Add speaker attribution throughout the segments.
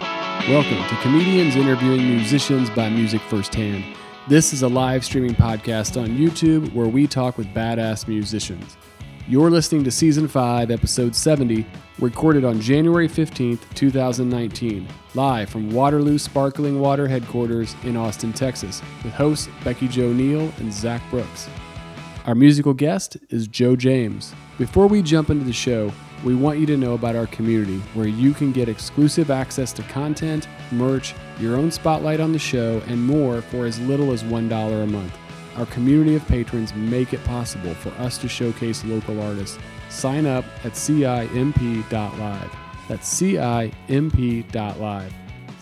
Speaker 1: Welcome to Comedians Interviewing Musicians by Music Firsthand. This is a live streaming podcast on YouTube where we talk with badass musicians. You're listening to Season 5, Episode 70, recorded on January 15th, 2019, live from Waterloo Sparkling Water headquarters in Austin, Texas, with hosts Becky Jo Neal and Zach Brooks. Our musical guest is Joe James. Before we jump into the show, we want you to know about our community where you can get exclusive access to content, merch, your own spotlight on the show, and more for as little as $1 a month. Our community of patrons make it possible for us to showcase local artists. Sign up at CIMP.live. That's CIMP.live.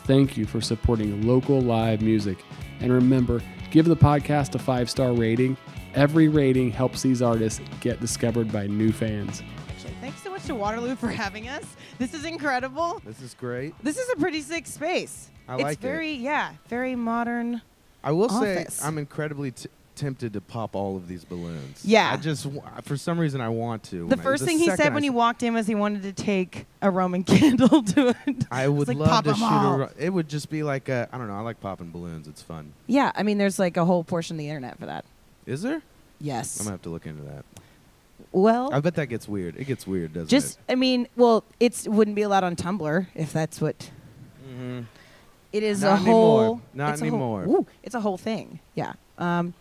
Speaker 1: Thank you for supporting local live music. And remember, give the podcast a five star rating. Every rating helps these artists get discovered by new fans.
Speaker 2: Actually, thanks so much to Waterloo for having us. This is incredible.
Speaker 3: This is great.
Speaker 2: This is a pretty sick space.
Speaker 3: I
Speaker 2: it's
Speaker 3: like it.
Speaker 2: very, yeah, very modern.
Speaker 3: I will
Speaker 2: Office.
Speaker 3: say I'm incredibly t- tempted to pop all of these balloons.
Speaker 2: Yeah.
Speaker 3: I just w- for some reason I want to.
Speaker 2: The
Speaker 3: When I-
Speaker 2: first thing he
Speaker 3: second
Speaker 2: said
Speaker 3: I
Speaker 2: when he
Speaker 3: s-
Speaker 2: walked in was he wanted to take a Roman candle to it.
Speaker 3: I would
Speaker 2: like,
Speaker 3: love
Speaker 2: "Pop
Speaker 3: to
Speaker 2: 'em
Speaker 3: shoot
Speaker 2: all."
Speaker 3: a. ro- It would just be like a. I don't know. I like popping balloons. It's fun.
Speaker 2: Yeah, I mean, there's like a whole portion of the internet for that.
Speaker 3: Is there? I'm
Speaker 2: Yes.
Speaker 3: gonna have to look into that.
Speaker 2: Well,
Speaker 3: I bet that gets weird. It gets weird, doesn't
Speaker 2: just, I mean, well, it wouldn't be allowed on Tumblr if that's what
Speaker 3: it? Mm-hmm.
Speaker 2: It is
Speaker 3: Not
Speaker 2: a
Speaker 3: anymore.
Speaker 2: whole.
Speaker 3: Not
Speaker 2: it's a whole-
Speaker 3: anymore.
Speaker 2: ooh, it's a whole thing. Yeah. Um,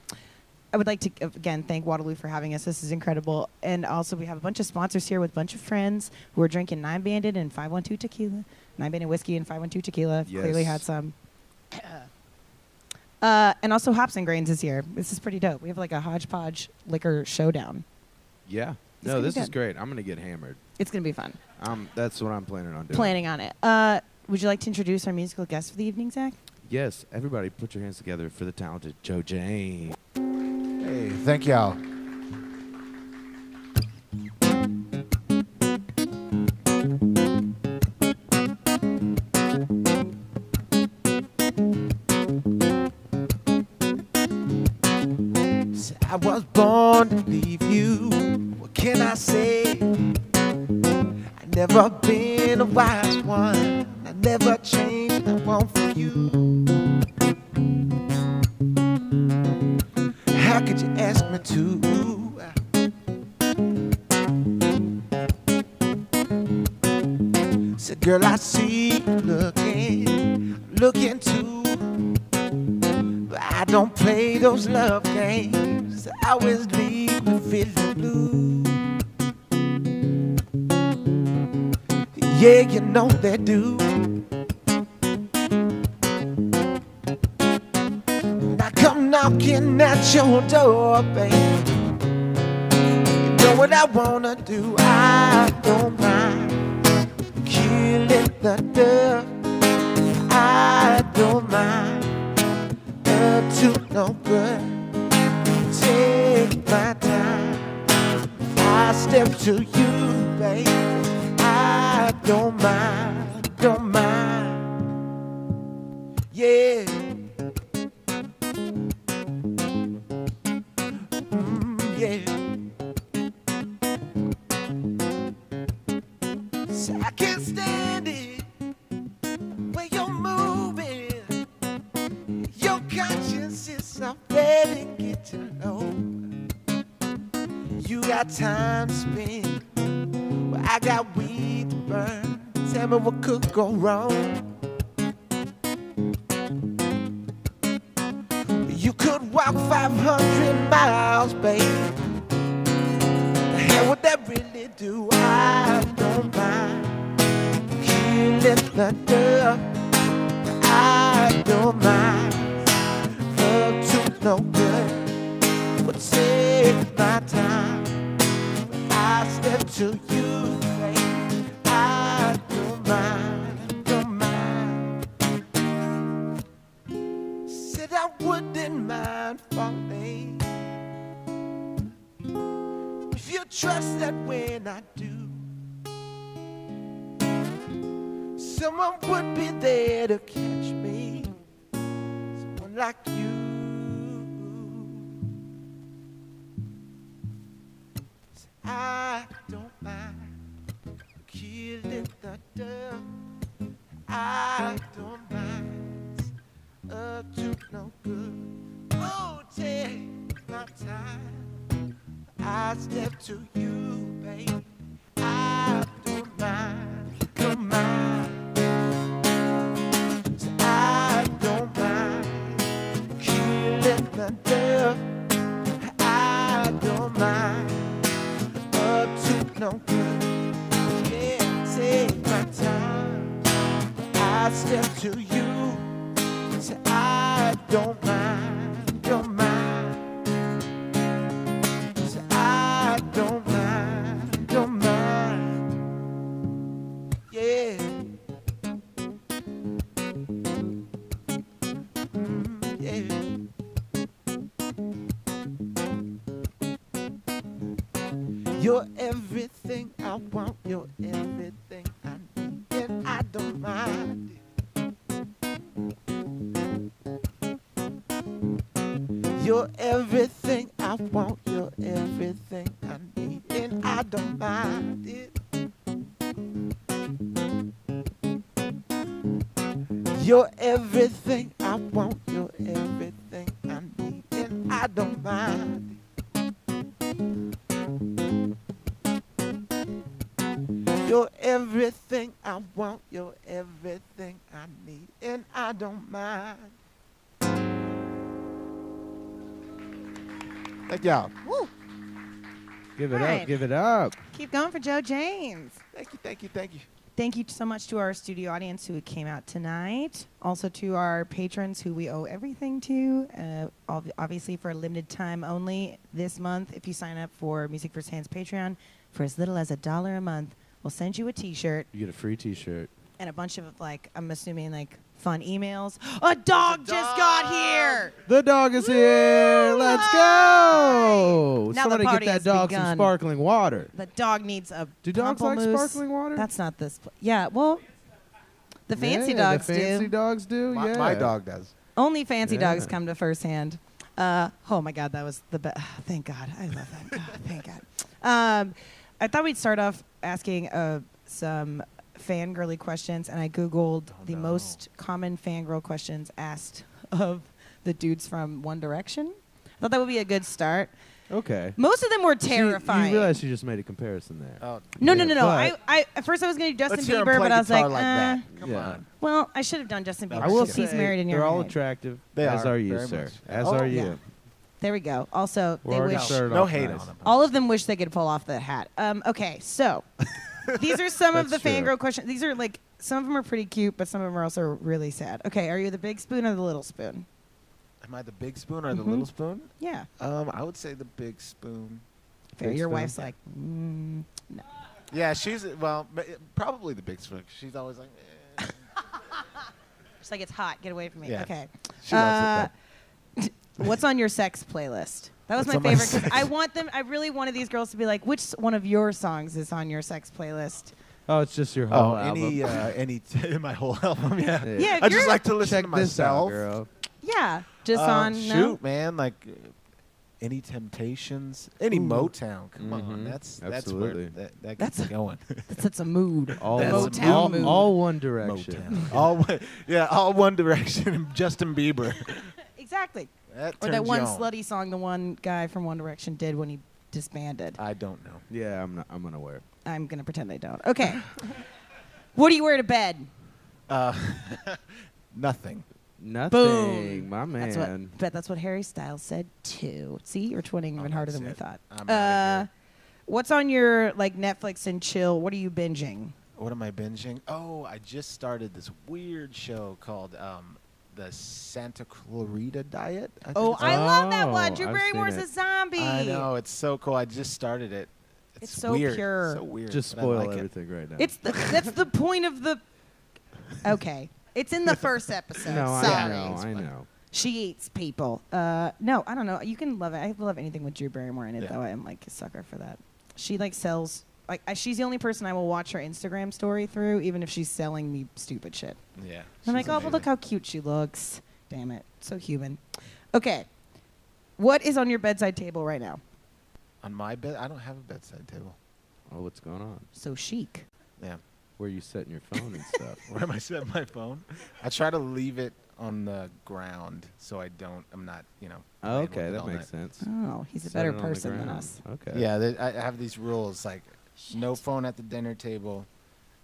Speaker 2: I would like to uh, again thank Waterloo for having us. This is incredible, and also we have a bunch of sponsors here with a bunch of friends who are drinking Nine Banded and Five One Two Tequila, Nine Banded whiskey and Five One Two Tequila. Clearly
Speaker 3: Yes.
Speaker 2: had some. Uh, and also hops and grains this year. This is pretty dope. We have like a hodgepodge liquor showdown.
Speaker 3: Yeah.
Speaker 2: It's
Speaker 3: No,
Speaker 2: gonna be
Speaker 3: this is
Speaker 2: good.
Speaker 3: great. I'm gonna get hammered.
Speaker 2: It's gonna be fun.
Speaker 3: Um, that's what I'm planning on doing.
Speaker 2: Planning on it. Uh, would you like to introduce our musical guest for the evening, Zach?
Speaker 3: Yes, everybody, put your hands together for the talented Joe James.
Speaker 4: Hey, thank y'all.
Speaker 5: So I was born to leave you. What can I say? I've never been a wise one. I never changed. I want for you. How could you ask me to? So, girl, I see you looking, looking too. But I don't play those love games. I always leave the feeling blue. Yeah, you know they do. Now come knocking at your door, babe. You know what I wanna do. I don't mind killing the dove. I don't mind up to no good. Take my time. I step to you, babe. I don't mind, don't mind. Yeah. Mm, yeah. So I can't stand it when you're moving. Your conscience is something to get to know. You got time to spend, well, I got weed to burn. Tell me what could go wrong. You could walk 500 miles, babe. The hell would that really do? I don't mind killing the dirt. I don't mind. Up to no good. But take my time. I step to you. babe. I don't mind. Don't mind. Said I wouldn't mind falling. If you trust that when I do. Someone would be there to catch me. Someone like you. So I don't mind killing the dove. I don't Oh, time I step to you, babe, I don't mind, don't mind. So I don't mind killing the death. I don't mind up to no good. Yeah, take my time. I step to you. So I don't mind, don't mind. So I don't mind, don't mind. Yeah. Mm, yeah. You're everything I want, you're everything I need, and I don't mind it. You're everything I want, you're everything I need, and I don't mind it. You're everything I want, you're everything I need, and I don't mind it. You're everything I want, you're everything I need, and I don't mind.
Speaker 4: Thank y'all.
Speaker 2: Woo.
Speaker 3: Give
Speaker 2: it
Speaker 3: it
Speaker 2: up, Right.
Speaker 3: up.
Speaker 2: give
Speaker 3: Give it up.
Speaker 2: Keep going for Joe James.
Speaker 5: Thank you, thank you, thank you.
Speaker 2: Thank you so much to our studio audience who came out tonight. Also to our patrons who we owe everything to. Uh, ob- obviously for a limited time only this month. If you sign up for Music First Hands Patreon for as little as a dollar a month, we'll send you a T-shirt
Speaker 3: You get a free T-shirt.
Speaker 2: and a bunch of like I'm assuming like fun emails. A dog just got here.
Speaker 3: The dog is here. Let's
Speaker 2: All
Speaker 3: go.
Speaker 2: right. Now the
Speaker 3: Somebody
Speaker 2: party
Speaker 3: get
Speaker 2: has
Speaker 3: that dog some
Speaker 2: begun.
Speaker 3: sparkling water.
Speaker 2: The dog needs a.
Speaker 3: Do dogs like
Speaker 2: pamplemousse.
Speaker 3: sparkling water?
Speaker 2: That's not this. Pl- yeah, well, the fancy
Speaker 3: Yeah,
Speaker 2: dogs
Speaker 3: the fancy
Speaker 2: do.
Speaker 3: dogs do.
Speaker 4: My,
Speaker 3: yeah.
Speaker 4: my dog does.
Speaker 2: Only fancy dogs
Speaker 3: Yeah.
Speaker 2: come to first hand. Uh, oh my God, that was the best. Thank God, I love that. God, thank God. Um, I thought we'd start off asking uh, some fangirly questions, and I googled
Speaker 3: Oh,
Speaker 2: the most common fangirl questions asked of the dudes from One Direction. I thought that would be a good start.
Speaker 3: Okay.
Speaker 2: Most of them were
Speaker 3: She-
Speaker 2: terrifying.
Speaker 3: You realize you just made a comparison there.
Speaker 4: Oh,
Speaker 2: No,
Speaker 3: Yeah,
Speaker 2: no, no, no. I,
Speaker 3: but-
Speaker 2: I at first I was gonna do Justin
Speaker 4: let's hear him
Speaker 2: Bieber,
Speaker 4: play
Speaker 2: but I was like,
Speaker 4: guitar like
Speaker 2: uh,
Speaker 4: that. Come
Speaker 3: Yeah.
Speaker 4: on.
Speaker 2: well, I should have done Justin Bieber.
Speaker 3: I will
Speaker 2: He's
Speaker 3: say
Speaker 2: married and you're
Speaker 3: they're all
Speaker 2: married.
Speaker 3: attractive.
Speaker 4: They
Speaker 3: as
Speaker 4: are,
Speaker 3: are, you,
Speaker 4: very
Speaker 3: sir.
Speaker 4: much.
Speaker 3: As
Speaker 4: Oh,
Speaker 3: are
Speaker 2: yeah.
Speaker 3: you.
Speaker 2: there we go. Also,
Speaker 3: We're
Speaker 2: they
Speaker 3: already
Speaker 2: wish
Speaker 3: started
Speaker 4: No
Speaker 3: off
Speaker 4: hate
Speaker 3: nice.
Speaker 4: on him.
Speaker 2: all of them wish they could pull off that hat. Um, okay, so these are some of the
Speaker 3: That's true.
Speaker 2: fangirl questions. These are like some of them are pretty cute, but some of them are also really sad. Okay, are you the big spoon or the little spoon?
Speaker 4: Am I the big spoon or
Speaker 2: the Mhm. little
Speaker 4: spoon?
Speaker 2: Yeah,
Speaker 4: Um, I would say the big spoon.
Speaker 2: fair.
Speaker 3: Big
Speaker 2: Your
Speaker 3: spoon.
Speaker 2: wife's like, mm,
Speaker 4: Yeah, she's well, ma- probably the big spoon. 'cause She's always like, eh.
Speaker 2: she's like it's hot. Get away from me.
Speaker 4: Yeah.
Speaker 2: Okay.
Speaker 4: she loves it.
Speaker 2: What's on your sex playlist? That was
Speaker 4: What's
Speaker 2: my
Speaker 4: on my
Speaker 2: favorite. 'cause
Speaker 4: sex-
Speaker 2: I want them. I really wanted these girls to be like, which one of your songs is on your sex playlist?
Speaker 3: Oh, it's just your
Speaker 4: though.
Speaker 3: whole
Speaker 4: oh,
Speaker 3: album.
Speaker 4: any uh, any in my whole album. Yeah,
Speaker 2: Yeah,
Speaker 4: I just
Speaker 2: you're-
Speaker 4: like to listen
Speaker 3: Check
Speaker 4: to
Speaker 3: this out,
Speaker 4: myself.
Speaker 3: girl.
Speaker 2: Yeah, just
Speaker 4: Uh,
Speaker 2: on.
Speaker 4: shoot,
Speaker 2: no?
Speaker 4: man, like uh, any Temptations, any Motown. Come on,
Speaker 3: Mhm.
Speaker 4: that's
Speaker 3: Absolutely.
Speaker 4: Mm-hmm. that's where that, that
Speaker 2: That's
Speaker 4: gets
Speaker 2: a-
Speaker 4: going.
Speaker 2: That sets a mood.
Speaker 3: All,
Speaker 4: That's
Speaker 3: one,
Speaker 4: Motown
Speaker 3: all,
Speaker 2: mood.
Speaker 3: all One Direction.
Speaker 4: all one, yeah, all One Direction and Justin Bieber.
Speaker 2: Exactly.
Speaker 4: That
Speaker 2: Or
Speaker 4: turns you
Speaker 2: that one
Speaker 4: on.
Speaker 2: slutty song the one guy from One Direction did when he disbanded.
Speaker 4: I don't know.
Speaker 3: Yeah, I'm not. I'm unaware.
Speaker 2: I'm gonna pretend I don't. Okay. what do you wear to bed?
Speaker 4: Uh, Nothing.
Speaker 3: Nothing, my man.
Speaker 2: That's what. Bet that's what Harry Styles said too. See, you're twinning even
Speaker 4: Oh,
Speaker 2: harder
Speaker 4: that's
Speaker 2: than we
Speaker 4: it.
Speaker 2: thought.
Speaker 4: I'm outta
Speaker 2: uh,
Speaker 4: here.
Speaker 2: what's on your like Netflix and chill? What are you binging?
Speaker 4: What am I binging? Oh, I just started this weird show called um, the Santa Clarita Diet. I think
Speaker 2: Oh,
Speaker 4: it's
Speaker 2: I
Speaker 4: called.
Speaker 2: love that one.
Speaker 3: Oh,
Speaker 2: Drew
Speaker 3: I've
Speaker 2: Barrymore's
Speaker 3: seen
Speaker 2: a
Speaker 3: it.
Speaker 2: zombie.
Speaker 4: I know it's so cool. I just started it. It's,
Speaker 2: It's so
Speaker 4: weird.
Speaker 2: pure.
Speaker 4: So weird.
Speaker 3: Just
Speaker 4: but I
Speaker 3: spoil
Speaker 4: like it.
Speaker 3: everything right now.
Speaker 2: It's the, that's the point of the. Okay, it's in the first episode.
Speaker 3: no,
Speaker 2: Sorry.
Speaker 3: I know. I know.
Speaker 2: She eats people. Uh, no, I don't know. You can love it. I love anything with Drew Barrymore in it,
Speaker 4: Yeah.
Speaker 2: though. I am like a sucker for that. She like sells. Like I, she's the only person I will watch her Instagram story through, even if she's selling me stupid shit.
Speaker 4: Yeah.
Speaker 2: I'm like,
Speaker 4: she's
Speaker 2: oh, well, look
Speaker 4: amazing.
Speaker 2: how cute she looks. Damn it, so human. Okay, what is on your bedside table right now?
Speaker 4: on my bed. I don't have a bedside table.
Speaker 3: Oh, what's going on?
Speaker 2: So chic.
Speaker 4: Yeah.
Speaker 3: Where you setting your phone and stuff?
Speaker 4: Where am I set my phone? I try to leave it on the ground, so I don't. I'm not. You know.
Speaker 3: Oh,
Speaker 4: playing with
Speaker 3: okay,
Speaker 4: it
Speaker 3: that
Speaker 4: all
Speaker 3: makes
Speaker 4: night.
Speaker 3: sense.
Speaker 2: Oh, he's a
Speaker 3: Set it
Speaker 2: better
Speaker 3: on the
Speaker 2: person than
Speaker 3: ground.
Speaker 2: us.
Speaker 3: Okay.
Speaker 4: Yeah, th- I I have these rules like no phone at the dinner table,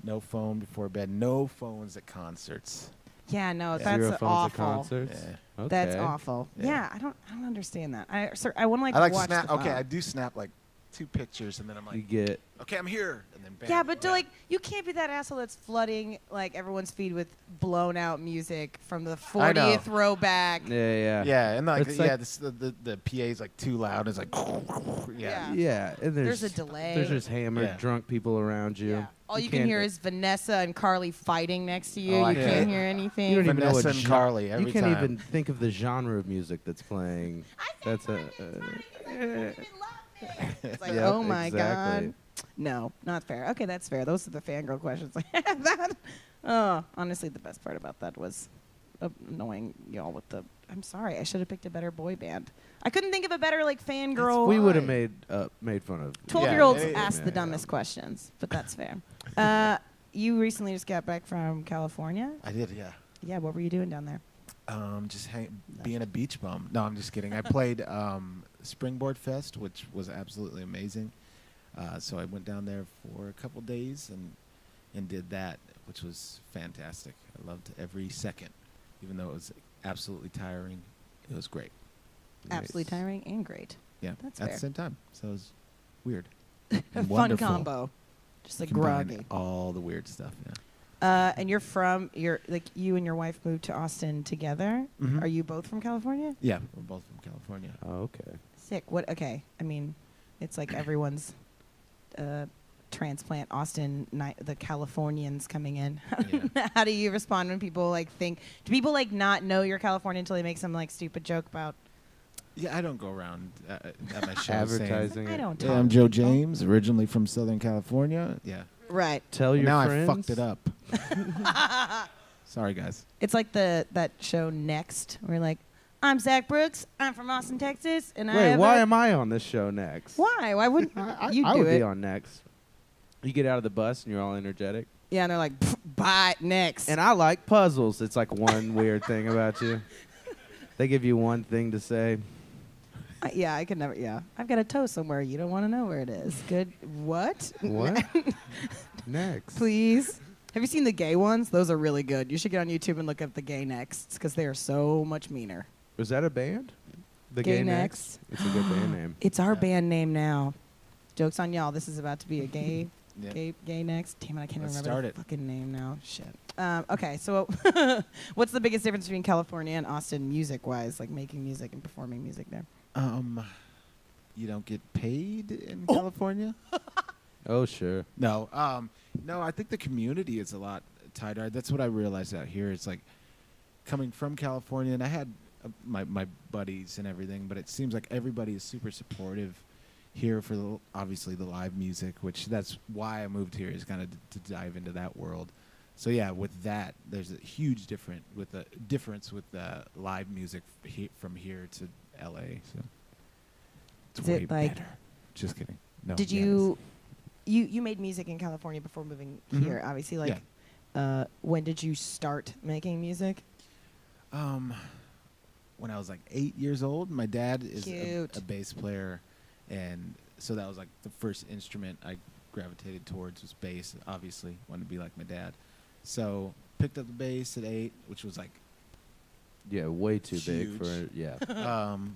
Speaker 4: no phone before bed, no phones at concerts.
Speaker 2: Yeah, no,
Speaker 4: Yeah.
Speaker 2: that's
Speaker 3: Zero phones
Speaker 2: awful.
Speaker 3: at concerts.
Speaker 4: Yeah.
Speaker 3: Okay.
Speaker 2: That's awful. Yeah.
Speaker 4: Yeah.
Speaker 2: I don't, I don't understand that. I, sir, I want to like,
Speaker 4: I like to
Speaker 2: watch
Speaker 4: snap.
Speaker 2: the
Speaker 4: Okay,
Speaker 2: phone.
Speaker 4: I do snap like two pictures, and then I'm
Speaker 3: You
Speaker 4: like,
Speaker 3: get
Speaker 4: okay, I'm here, and then bam.
Speaker 2: Yeah, but do,
Speaker 4: yeah.
Speaker 2: like you can't be that asshole that's flooding like everyone's feed with blown out music from the
Speaker 4: I know.
Speaker 2: 40th row back.
Speaker 3: yeah, yeah,
Speaker 4: Yeah, and like,
Speaker 3: It's
Speaker 4: yeah,
Speaker 3: like-
Speaker 4: this, the, the the PA's like too loud. It's like, yeah,
Speaker 2: Yeah.
Speaker 3: Yeah, and there's,
Speaker 2: There's a delay.
Speaker 3: There's just hammered,
Speaker 4: Yeah.
Speaker 3: drunk people around you.
Speaker 2: Yeah. All you, can
Speaker 3: can't- e-
Speaker 2: hear is Vanessa and Carly fighting next to you.
Speaker 4: Oh, I
Speaker 2: you can't
Speaker 4: hate-
Speaker 2: hear anything.
Speaker 3: you don't even know what
Speaker 4: Vanessa and
Speaker 3: gen-
Speaker 4: Carly
Speaker 3: You
Speaker 4: every
Speaker 3: can't
Speaker 4: time.
Speaker 3: even think of the genre of music that's playing. That's a. Uh,
Speaker 2: It's like,
Speaker 3: Yep,
Speaker 2: oh my
Speaker 3: exactly.
Speaker 2: god. No, not fair. Okay, that's fair. Those are the fangirl questions. that, oh, honestly, the best part about that was annoying y'all with the. I'm sorry, I should have picked a better boy band. I couldn't think of a better like fangirl.
Speaker 3: we would have
Speaker 4: why?
Speaker 3: made uh, made fun of.
Speaker 2: Twelve year olds
Speaker 4: Yeah, yeah,
Speaker 2: ask the dumbest questions, but that's fair. Uh, you recently just got back from California.
Speaker 4: I did, yeah.
Speaker 2: Yeah, what were you doing down there?
Speaker 4: Um, just hang, being a beach bum. No, I'm just kidding. I played um, Springboard Fest, which was absolutely amazing. Uh, so I went down there for a couple days and and did that, which was fantastic. I loved every second, even though it was absolutely tiring. It was great.
Speaker 2: Absolutely tiring and great.
Speaker 4: Yeah,
Speaker 2: That's
Speaker 4: at
Speaker 2: fair.
Speaker 4: the same time. So it was weird.
Speaker 2: A fun
Speaker 4: and wonderful.
Speaker 2: combo. Just like
Speaker 4: Combined
Speaker 2: groggy.
Speaker 4: All the weird stuff. Yeah.
Speaker 2: Uh, and you're from you're like you and your wife moved to Austin together.
Speaker 4: Mhm.
Speaker 2: Are you both from California?
Speaker 4: Yeah, we're both from California.
Speaker 3: Oh, okay.
Speaker 2: Sick. What? Okay. I mean, it's like everyone's uh, transplant Austin. Ni- the Californians coming in.
Speaker 4: Yeah.
Speaker 2: How do you respond when people like think? Do people like not know you're Californian until they make some like stupid joke about?
Speaker 4: Yeah, I don't go around uh, at my show saying.
Speaker 3: Advertising.
Speaker 2: I
Speaker 3: it.
Speaker 2: don't.
Speaker 4: Yeah,
Speaker 2: talk
Speaker 4: I'm
Speaker 2: to
Speaker 4: Joe
Speaker 2: people."
Speaker 4: James, originally from Southern California. Yeah.
Speaker 2: Right.
Speaker 3: Tell your
Speaker 4: now
Speaker 3: friends.
Speaker 4: I fucked it up. Sorry, guys.
Speaker 2: It's like the that show Next. We're like, I'm Zach Brooks. I'm from Austin, Texas, and I.
Speaker 3: Wait,
Speaker 2: have
Speaker 3: why
Speaker 2: a-
Speaker 3: am I on this show next?
Speaker 2: Why? Why wouldn't
Speaker 3: I, I,
Speaker 2: you
Speaker 3: I
Speaker 2: do
Speaker 3: would
Speaker 2: it?
Speaker 3: be on next. You get out of the bus and you're all energetic.
Speaker 2: Yeah, and they're like, "Pff, buy it next.
Speaker 3: And I like puzzles. It's like one weird thing about you. They give you one thing to say.
Speaker 2: I- yeah, I could never. Yeah, I've got a toe somewhere. You don't want to know where it is. Good. What?
Speaker 3: What? next.
Speaker 2: Please. Have you seen the gay ones? Those are really good. You should get on YouTube and look up the gay nexts because they are so much meaner.
Speaker 3: Was that a band? The
Speaker 2: Gay
Speaker 3: Gay, Next. It's a good band name.
Speaker 2: It's our
Speaker 4: Yeah.
Speaker 2: band name now. Jokes on y'all. This is about to be a gay,
Speaker 4: Yeah.
Speaker 2: gay, gay next. Damn it, I can't
Speaker 4: Let's
Speaker 2: remember
Speaker 4: start
Speaker 2: the
Speaker 4: it.
Speaker 2: fucking name now. Shit. Um, okay, so what's the biggest difference between California and Austin music-wise, like making music and performing music there?
Speaker 4: Um, you don't get paid in California?
Speaker 3: Oh sure.
Speaker 4: No. Um, no, I think the community is a lot tighter. That's what I realized out here. It's like coming from California, and I had uh, my my buddies and everything, but it seems like everybody is super supportive here for the, obviously the live music, which that's why I moved here is kind of to dive into that world. So yeah, with that, there's a huge different with the difference with the live music f- he, from here to L.A. So it's
Speaker 2: Is
Speaker 4: way
Speaker 2: it like-
Speaker 4: better. Just kidding. No.
Speaker 2: Did
Speaker 4: yeah, it is.
Speaker 2: you, you you made music in California before moving
Speaker 4: Mhm.
Speaker 2: here? Obviously, like, uh, when did you start making music?
Speaker 4: Um, when I was like eight years old, my dad is a,
Speaker 2: Cute.
Speaker 4: a bass player, and so that was like the first instrument I gravitated towards was bass. Obviously, wanted to be like my dad, so picked up the bass at eight, which was like,
Speaker 3: Yeah, way too big
Speaker 4: Huge.
Speaker 3: for yeah.
Speaker 4: um,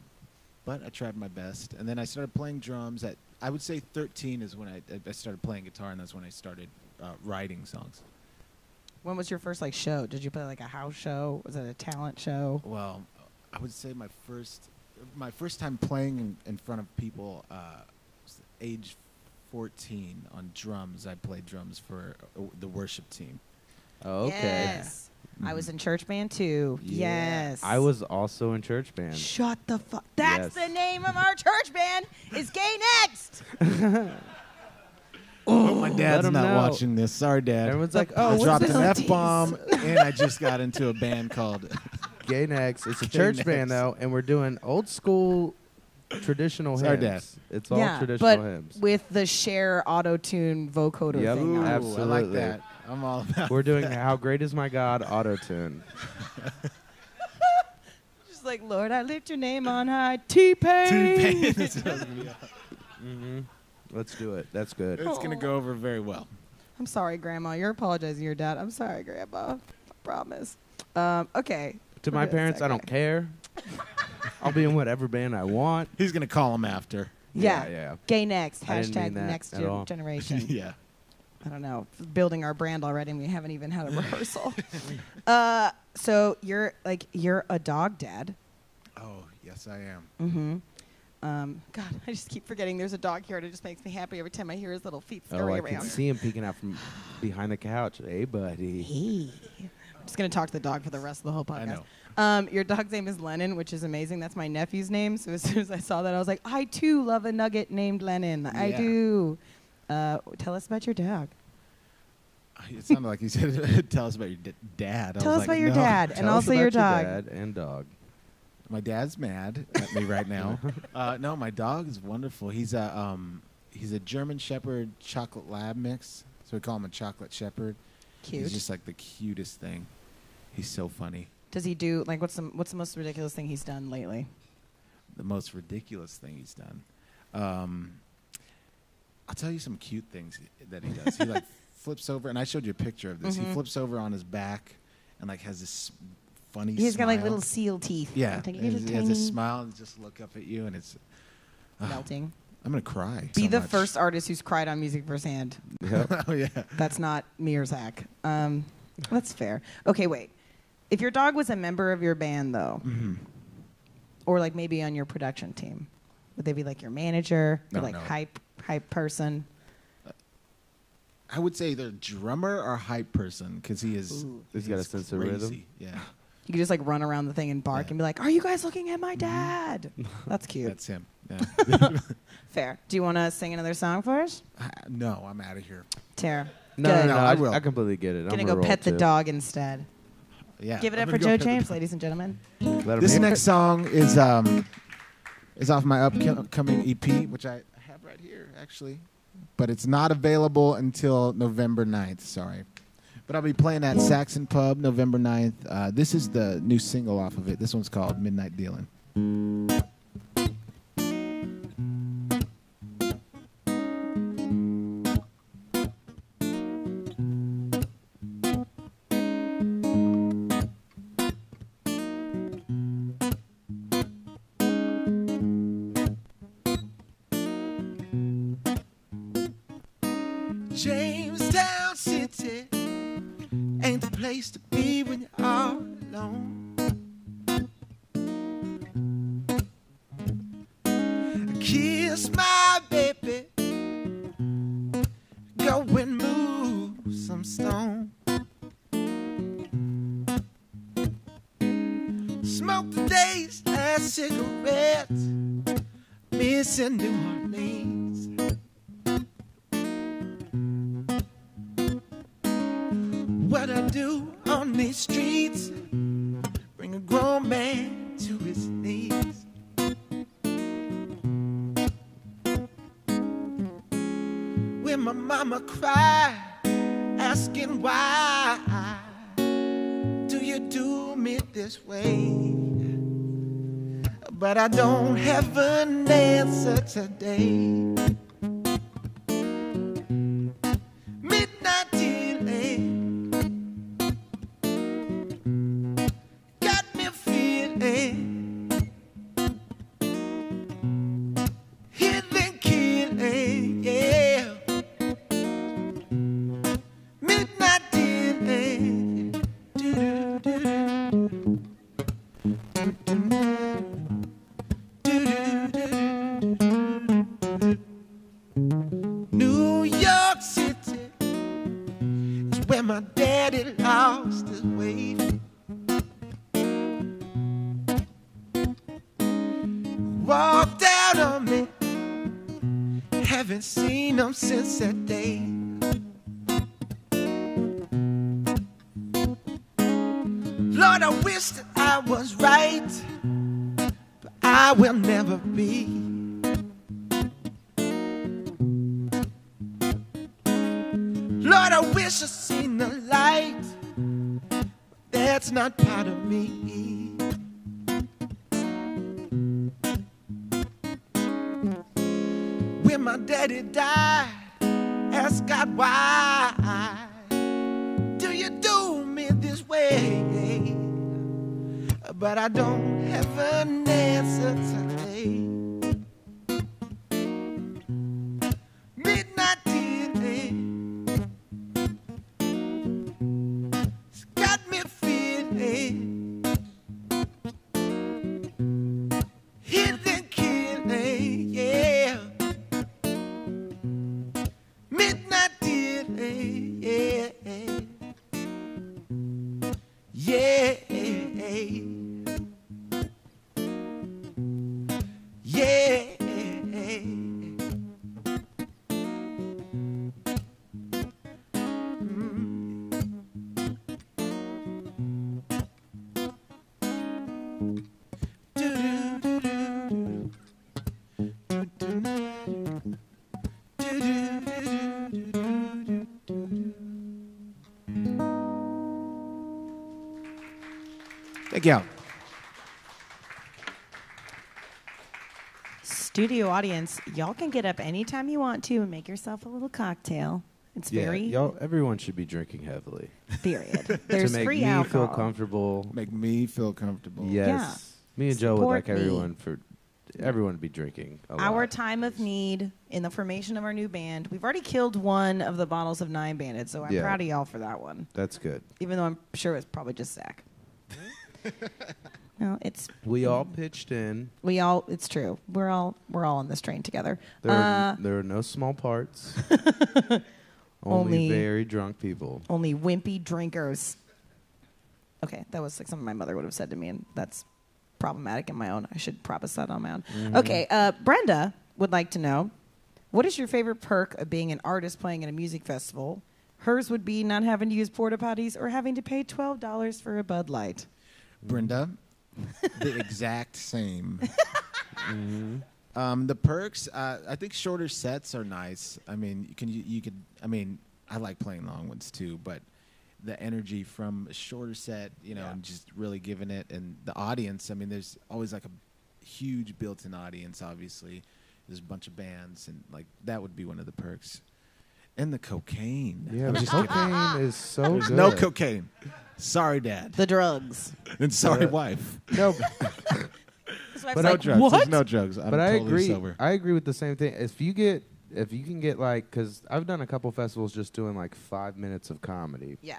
Speaker 4: but I tried my best, and then I started playing drums at I would say thirteen is when I I started playing guitar, and that's when I started uh, writing songs.
Speaker 2: When was your first like show? Did you play like a house show? Was it a talent show?
Speaker 4: Well, I would say my first, my first time playing in, in front of people, uh, was age 14 on drums. I played drums for uh, the worship team.
Speaker 3: Oh, okay.
Speaker 2: Yes. I
Speaker 4: Mm.
Speaker 2: was in church band too.
Speaker 3: Yeah.
Speaker 2: Yes.
Speaker 3: I was also in church band.
Speaker 2: Shut the fuck. That's
Speaker 3: Yes.
Speaker 2: the name of our church band. Is Gay Next.
Speaker 4: Oh, my dad's
Speaker 3: him
Speaker 4: not
Speaker 3: know.
Speaker 4: watching this. Sorry, dad.
Speaker 3: Everyone's like,
Speaker 4: I
Speaker 3: "Oh, what's
Speaker 4: dropped
Speaker 3: this?
Speaker 4: an F bomb, and I just got into a band called.
Speaker 3: Gay Next. It's a
Speaker 4: Gay
Speaker 3: church
Speaker 4: Next.
Speaker 3: band though, and we're doing old school traditional
Speaker 4: Sorry,
Speaker 3: hymns.
Speaker 4: Dad.
Speaker 3: It's all
Speaker 2: yeah,
Speaker 3: traditional
Speaker 2: but
Speaker 3: hymns.
Speaker 2: with the share auto tune vocoder
Speaker 3: Yep.
Speaker 2: thing. on.
Speaker 4: I
Speaker 3: Absolutely.
Speaker 4: like that. I'm all about.
Speaker 3: We're doing How Great Is My God auto tune.
Speaker 2: like, Lord, I lift your name on high. T Pain.
Speaker 4: T-Pain. That's what I was gonna-
Speaker 3: Mm-hmm. Let's do it. That's good.
Speaker 4: it's gonna go over very well.
Speaker 2: I'm sorry, Grandma. You're apologizing to your dad. I'm sorry, Grandpa. I promise. Um, okay.
Speaker 3: To my
Speaker 2: Okay,
Speaker 3: parents, I
Speaker 2: okay.
Speaker 3: don't care. I'll be in whatever band I want.
Speaker 4: He's gonna call him after.
Speaker 2: Yeah.
Speaker 3: Yeah.
Speaker 2: Gay next.
Speaker 3: I didn't
Speaker 2: Hashtag
Speaker 3: mean that
Speaker 2: next
Speaker 3: at
Speaker 2: gen-
Speaker 3: all.
Speaker 2: generation.
Speaker 4: yeah.
Speaker 2: I don't know. Building our brand already, and we haven't even had a rehearsal. uh, so you're like you're a dog dad.
Speaker 4: Oh yes, I am.
Speaker 2: Mm-hmm. Um, God, I just keep forgetting there's a dog here, and it just makes me happy every time I hear his little feet
Speaker 3: Oh,
Speaker 2: scurry
Speaker 3: I can
Speaker 2: around.
Speaker 3: see him peeking out from behind the couch. Hey, buddy.
Speaker 2: Hey. I'm just gonna talk to the dog for the rest of the whole podcast.
Speaker 4: I know.
Speaker 2: Um, your dog's name is Lennon, which is amazing. That's my nephew's name. So as soon as I saw that, I was like, I too love a nugget named Lennon. I
Speaker 4: Yeah.
Speaker 2: do. Uh, tell us about your dog.
Speaker 4: It sounded like you said, "Tell us about your d- dad." I
Speaker 2: Tell
Speaker 4: was
Speaker 2: us
Speaker 4: like,
Speaker 2: about your
Speaker 4: no.
Speaker 2: dad and
Speaker 3: Tell us
Speaker 2: also your
Speaker 3: about
Speaker 2: dog.
Speaker 3: dad and dog.
Speaker 4: My dad's mad at me right now. uh, no, my dog is wonderful. He's a um, he's a German Shepherd chocolate lab mix. So we call him a chocolate shepherd.
Speaker 2: Cute.
Speaker 4: He's just like the cutest thing. He's so funny.
Speaker 2: Does he do like what's the what's the most ridiculous thing he's done lately?
Speaker 4: The most ridiculous thing he's done. Um, I'll tell you some cute things that he does. he like flips over, and I showed you a picture of this. He
Speaker 2: Mhm.
Speaker 4: flips over on his back and like has this funny.
Speaker 2: He's got like
Speaker 4: smile.
Speaker 2: little seal teeth.
Speaker 4: Yeah,
Speaker 2: Like,
Speaker 4: and
Speaker 2: little
Speaker 4: he has a
Speaker 2: tiny
Speaker 4: smile and just look up at you, and it's. ah,
Speaker 2: melting.
Speaker 4: I'm gonna cry.
Speaker 2: Be
Speaker 4: so
Speaker 2: the
Speaker 4: much.
Speaker 2: first artist who's cried on music firsthand.
Speaker 4: oh yeah.
Speaker 2: That's not me or Zach. Um, that's fair. Okay, wait. If your dog was a member of your band, though,
Speaker 4: Mm-hmm.
Speaker 2: or like maybe on your production team, would they be like your manager, or
Speaker 4: No,
Speaker 2: like
Speaker 4: no.
Speaker 2: hype hype person?
Speaker 4: I would say either drummer or hype person because he is.
Speaker 2: Ooh.
Speaker 3: He's got a
Speaker 4: he's
Speaker 3: sense of rhythm.
Speaker 4: crazy. Yeah,
Speaker 2: You could just like run around the thing and bark
Speaker 4: Yeah. Mm-hmm.
Speaker 2: and be like, "Are you guys looking at my dad?" That's cute.
Speaker 4: that's him. Yeah.
Speaker 2: fair. Do you want to sing another song for us,
Speaker 4: I- no, I'm out of here.
Speaker 2: Tara?
Speaker 3: No,
Speaker 2: Good.
Speaker 3: no, no,
Speaker 4: No, I
Speaker 3: I,
Speaker 4: will.
Speaker 3: I completely get it. I'm
Speaker 2: Gonna
Speaker 3: a
Speaker 2: go
Speaker 3: roll,
Speaker 2: pet the
Speaker 3: too.
Speaker 2: dog instead.
Speaker 4: Yeah.
Speaker 2: Give it up
Speaker 4: I'm
Speaker 2: for Joe
Speaker 4: gonna go pet the
Speaker 2: James, ladies and gentlemen.
Speaker 3: Let him
Speaker 4: This
Speaker 3: hear it.
Speaker 4: next song is um is off my upcoming EP, which I have right here actually, but it's not available until November 9th. Sorry, but I'll be playing at Saxon Pub November 9th. Uh, this is the new single off of it. This one's called Midnight Dealing.
Speaker 5: Jamestown City ain't the place to be when you're all alone. Kiss my baby, go and move some stone. Smoke the day's last cigarette, missing New Orleans. what I do on these streets. Bring a grown man to his knees. When my mama cried, asking why do you do me this way? But I don't have an answer today. Midnight delay. got me feeling hidden killing, yeah. Midnight dealing. Doo-doo-doo-doo. Doo-doo-doo. Doo-doo-doo-doo. New York City is where my daddy lost his way. walked out on me. Haven't seen him since that day. Lord, I wish that I was right, but I will never be. Lord, I wish I'd seen the light, but that's not part of me. daddy died. Ask God why. Do you do me this way? But I don't have an answer today. Midnight DNA has got me feeling hit and killing, yeah. Midnight DNA, yeah, yeah, yeah.
Speaker 3: Thank you.
Speaker 2: Studio audience, y'all can get up anytime you want to and make yourself a little cocktail. It's
Speaker 3: Yeah,
Speaker 2: very
Speaker 3: y'all, everyone should be drinking heavily
Speaker 2: period. There's
Speaker 3: to make
Speaker 2: free
Speaker 3: me
Speaker 2: alcohol.
Speaker 3: feel comfortable.
Speaker 4: Make me feel comfortable.
Speaker 3: Yes, me and Joe would
Speaker 2: Support
Speaker 3: like everyone
Speaker 2: me.
Speaker 3: for everyone to be drinking. A
Speaker 2: Our
Speaker 3: lot.
Speaker 2: time of need in the formation of our new band. We've already killed one of the bottles of Nine Banded, so I'm
Speaker 3: Yeah.
Speaker 2: proud of y'all for that one.
Speaker 3: That's good.
Speaker 2: Even though I'm sure it's probably just Zach. no, it's
Speaker 3: We all pitched in.
Speaker 2: we all. It's true. We're all we're all on this train together.
Speaker 3: There,
Speaker 2: Uh,
Speaker 3: are, there are no small parts.
Speaker 2: Only-
Speaker 3: only very drunk people.
Speaker 2: only wimpy drinkers. Okay, that was like something my mother would have said to me, and that's problematic in my own. I should preface that on my own.
Speaker 4: Mm-hmm.
Speaker 2: Okay, uh, Brenda would like to know what is your favorite perk of being an artist playing at a music festival? Hers would be not having to use porta potties or having to pay twelve dollars for a Bud Light.
Speaker 4: Brenda, the exact same. Um, the perks, uh, I think shorter sets are nice. I mean, you can you, you could. I mean, I like playing long ones too, but the energy from a shorter set, you know, and just really giving it, and the audience. I mean, there's always like a huge built-in audience. Obviously, there's a bunch of bands, and like that would be one of the perks. And the cocaine.
Speaker 3: Yeah,
Speaker 4: I'm
Speaker 3: but
Speaker 4: just kidding.
Speaker 3: cocaine is so
Speaker 4: There's
Speaker 3: good.
Speaker 4: no cocaine. Sorry, Dad,
Speaker 2: The drugs.
Speaker 4: and sorry,
Speaker 3: Uh,
Speaker 4: wife.
Speaker 3: No,
Speaker 2: So I was
Speaker 3: But
Speaker 4: no
Speaker 2: like,
Speaker 4: drugs.
Speaker 2: what?
Speaker 4: There's no drugs. I'm
Speaker 3: but I
Speaker 4: totally
Speaker 3: agree.
Speaker 4: sober.
Speaker 3: I agree with the same thing. If you get, if you can get like, because I've done a couple festivals just doing like five minutes of comedy,
Speaker 2: yeah.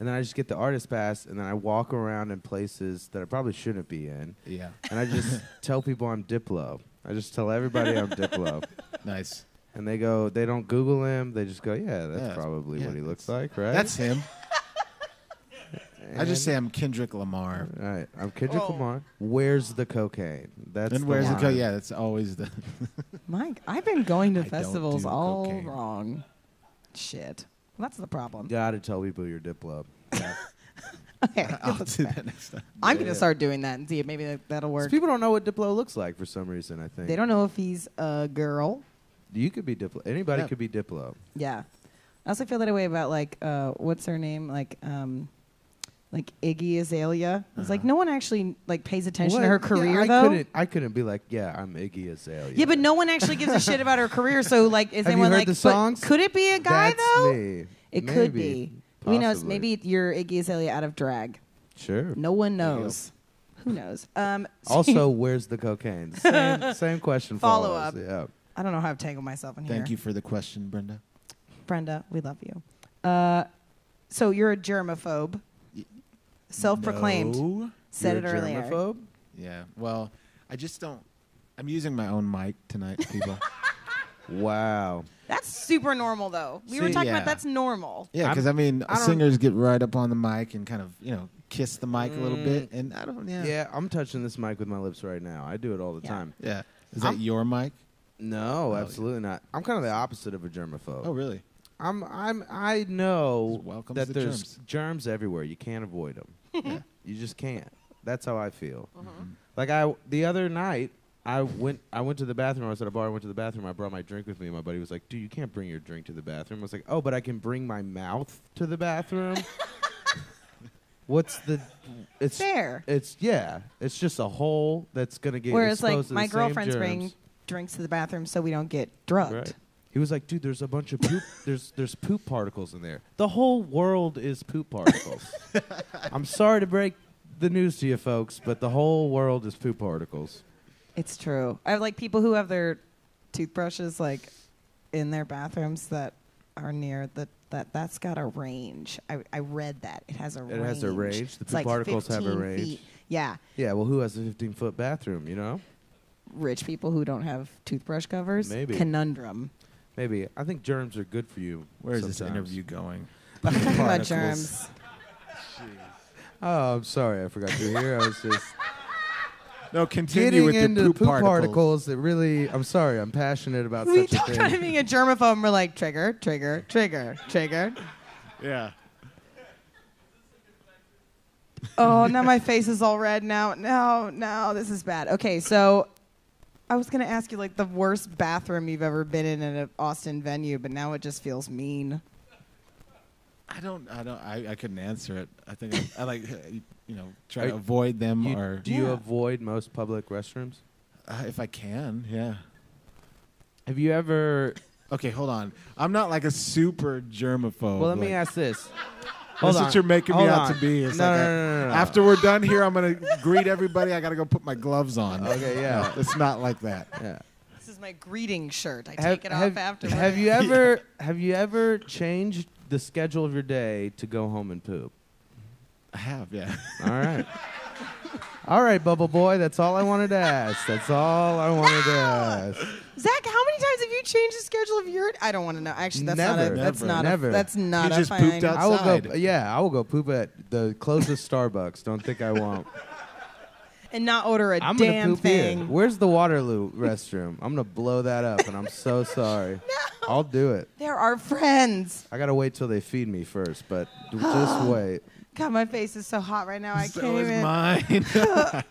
Speaker 3: and then I just get the artist pass, and then I walk around in places that I probably shouldn't be in,
Speaker 4: yeah,
Speaker 3: and I just tell people I'm Diplo. I just tell everybody I'm Diplo,
Speaker 4: nice.
Speaker 3: and they go, they don't Google him. They just go, yeah, that's
Speaker 4: that's-
Speaker 3: probably
Speaker 4: yeah,
Speaker 3: what he looks
Speaker 4: that's-
Speaker 3: like, right?
Speaker 4: That's him. I just
Speaker 3: And-
Speaker 4: say I'm Kendrick Lamar.
Speaker 3: All right, I'm Kendrick
Speaker 2: Oh.
Speaker 3: Lamar. Where's the cocaine? That's
Speaker 4: and where's the co-
Speaker 3: line.
Speaker 4: yeah? That's always the.
Speaker 2: Mike, I've been going to
Speaker 4: I don't
Speaker 2: festivals
Speaker 4: do
Speaker 2: all
Speaker 4: cocaine.
Speaker 2: wrong. Shit. Well, that's the problem.
Speaker 3: Gotta tell people you're Diplo.
Speaker 2: Okay,
Speaker 4: I'll
Speaker 2: that's
Speaker 4: do
Speaker 2: fair.
Speaker 4: that next time.
Speaker 2: I'm gonna
Speaker 3: Yeah.
Speaker 2: start doing that and see if maybe that, that'll
Speaker 3: 'Cause
Speaker 2: work.
Speaker 3: People don't know what Diplo looks like for some reason. I think
Speaker 2: They don't know if he's a girl.
Speaker 3: You could be Diplo. Anybody
Speaker 4: Yeah.
Speaker 3: could be Diplo.
Speaker 2: Yeah, I also feel that way about like uh, what's her name, like um, like Iggy Azalea. It's like no one actually like pays attention to her
Speaker 3: Uh-huh. What?
Speaker 2: career
Speaker 3: yeah, I
Speaker 2: though.
Speaker 3: Couldn't, I couldn't be like, yeah, I'm Iggy Azalea.
Speaker 2: Yeah, but no one actually gives a shit about her career. So like, is
Speaker 3: Have you
Speaker 2: anyone
Speaker 3: heard
Speaker 2: like?
Speaker 3: the
Speaker 2: but
Speaker 3: songs?
Speaker 2: Could it be a guy
Speaker 3: That's
Speaker 2: though?
Speaker 3: me.
Speaker 2: It could
Speaker 3: Maybe.
Speaker 2: be. We know
Speaker 3: Possibly.
Speaker 2: maybe you're Iggy Azalea out of drag.
Speaker 3: Sure.
Speaker 2: No one
Speaker 4: you go.
Speaker 2: knows. Who knows? Um, so-
Speaker 3: Also, where's the cocaine? Same, same question.
Speaker 2: Follow
Speaker 3: follows.
Speaker 2: up.
Speaker 3: Yeah.
Speaker 2: I don't know how I've tangled myself in here.
Speaker 4: Thank you for the question, Brenda.
Speaker 2: Brenda, we love you. Uh, so you're a germaphobe, self-proclaimed.
Speaker 3: No.
Speaker 2: Said
Speaker 3: Oh, You're
Speaker 2: it
Speaker 3: a
Speaker 2: earlier.
Speaker 3: germaphobe?
Speaker 4: Yeah. Well, I just don't. I'm using my own mic tonight, people.
Speaker 3: Wow.
Speaker 2: That's super normal, though. We were
Speaker 4: See,
Speaker 2: talking
Speaker 4: yeah.
Speaker 2: about that's normal.
Speaker 4: yeah, because I mean,
Speaker 3: I don't-
Speaker 4: singers get right up on the mic and kind of you know kiss the mic a little bit, and I don't. Mm. Yeah.
Speaker 3: Yeah. I'm touching this mic with my lips right now. I do it all the
Speaker 2: Yeah. Oh,
Speaker 3: time.
Speaker 4: Yeah. Is that
Speaker 3: I'm-
Speaker 4: your mic?
Speaker 3: No,
Speaker 4: yeah.
Speaker 3: absolutely not. I'm kind of the opposite of a germaphobe.
Speaker 4: Oh, really?
Speaker 3: I'm I'm I know
Speaker 4: Just welcomes
Speaker 3: that
Speaker 4: the
Speaker 3: there's
Speaker 4: germs. everywhere.
Speaker 3: everywhere. You can't avoid them. You just can't. That's how I feel.
Speaker 2: Uh-huh. Mm-hmm.
Speaker 3: Like I the other night I went I went to the bathroom. I was at a bar. I went to the bathroom. I brought my drink with me. And my buddy was like, "Dude, you can't bring your drink to the bathroom." I was like, "Oh, but I can bring my mouth to the bathroom." What's the? It's
Speaker 2: Fair.
Speaker 3: It's yeah. It's just a hole that's gonna get
Speaker 2: Whereas,
Speaker 3: exposed
Speaker 2: like,
Speaker 3: to the
Speaker 2: my
Speaker 3: same
Speaker 2: girlfriends
Speaker 3: germs.
Speaker 2: bring drinks to the bathroom so we don't get drugged.
Speaker 3: Right. He was like, dude, there's a bunch of poop. there's there's poop particles in there. The whole world is poop particles. I'm sorry to break the news to you folks, but the whole world is poop particles.
Speaker 2: It's true. I have like people who have their toothbrushes like in their bathrooms that are near the that that's got a range. I, I read that it has a
Speaker 3: It
Speaker 2: range.
Speaker 3: has a range. The
Speaker 2: It's
Speaker 3: poop
Speaker 2: like
Speaker 3: particles have a
Speaker 2: 15
Speaker 3: range.
Speaker 2: feet. Yeah,
Speaker 3: Yeah, well, who has a 15 foot bathroom? You know,
Speaker 2: rich people who don't have toothbrush covers.
Speaker 3: Maybe.
Speaker 2: conundrum.
Speaker 3: maybe I think germs are good for you.
Speaker 4: Where is this
Speaker 3: sometimes.
Speaker 4: interview going?
Speaker 2: Talking about
Speaker 3: Particles.
Speaker 2: germs.
Speaker 3: Oh, I'm sorry, I forgot you here. I was just
Speaker 4: No, continue
Speaker 3: getting
Speaker 4: with
Speaker 3: into
Speaker 4: the poop, particles.
Speaker 3: That really, I'm sorry, I'm passionate about
Speaker 2: We
Speaker 3: such
Speaker 2: talk
Speaker 3: a
Speaker 2: about
Speaker 3: thing.
Speaker 2: him being a germaphobe. and We're like trigger, trigger, trigger, trigger.
Speaker 4: Yeah.
Speaker 2: Oh, now my face is all red now. No, no, this is bad. Okay, so I was going to ask you like the worst bathroom you've ever been in at an Austin venue, but now it just feels mean.
Speaker 4: I don't. I don't. I, I couldn't answer it. I think I, I like you know try
Speaker 3: Are
Speaker 4: to avoid them
Speaker 3: You-
Speaker 4: or
Speaker 3: do you
Speaker 2: Yeah.
Speaker 3: avoid most public restrooms?
Speaker 4: uh, if I can. Yeah.
Speaker 3: Have you ever?
Speaker 4: Okay, hold on. I'm not like a super germaphobe.
Speaker 3: Well, let me
Speaker 4: like-
Speaker 3: ask this.
Speaker 4: Oh, That's
Speaker 3: Hold on.
Speaker 4: what you're making
Speaker 3: Hold
Speaker 4: me out
Speaker 3: on.
Speaker 4: to be. It's
Speaker 3: No,
Speaker 4: like
Speaker 3: no,
Speaker 4: I-
Speaker 3: no, no, no, no.
Speaker 4: After we're done here, I'm gonna greet everybody. I gotta go put my gloves on.
Speaker 3: Okay, yeah.
Speaker 4: No, it's not like that.
Speaker 3: Yeah.
Speaker 2: This is my greeting shirt. I
Speaker 3: Have-
Speaker 2: take it
Speaker 3: have-
Speaker 2: off afterwards.
Speaker 3: Have you ever? Have you ever changed the schedule of your day to go home and poop?
Speaker 4: I have, yeah.
Speaker 3: All right. all right, Bubble Boy. That's all I wanted to ask. That's all I wanted to ask.
Speaker 2: Zach, how many times have you changed the schedule of your? I don't want to know. Actually, that's not
Speaker 3: Never.
Speaker 2: a. That's
Speaker 4: Never.
Speaker 2: not
Speaker 3: Never.
Speaker 2: a. That's not
Speaker 4: He
Speaker 2: a
Speaker 4: just
Speaker 2: fine.
Speaker 4: pooped out-
Speaker 3: I will go.
Speaker 4: outside.
Speaker 3: Yeah, I will go poop at the closest Starbucks. Don't think I won't.
Speaker 2: and not order a
Speaker 3: I'm
Speaker 2: damn
Speaker 3: gonna poop
Speaker 2: thing.
Speaker 3: here. Where's the Waterloo restroom? I'm gonna blow that up, and I'm so sorry.
Speaker 2: No.
Speaker 3: I'll do it.
Speaker 2: They're our friends.
Speaker 3: I gotta wait till they feed me first, but d- just wait.
Speaker 2: God, my face is so hot right now. I
Speaker 4: so
Speaker 2: can't
Speaker 4: is
Speaker 2: even.
Speaker 4: mine.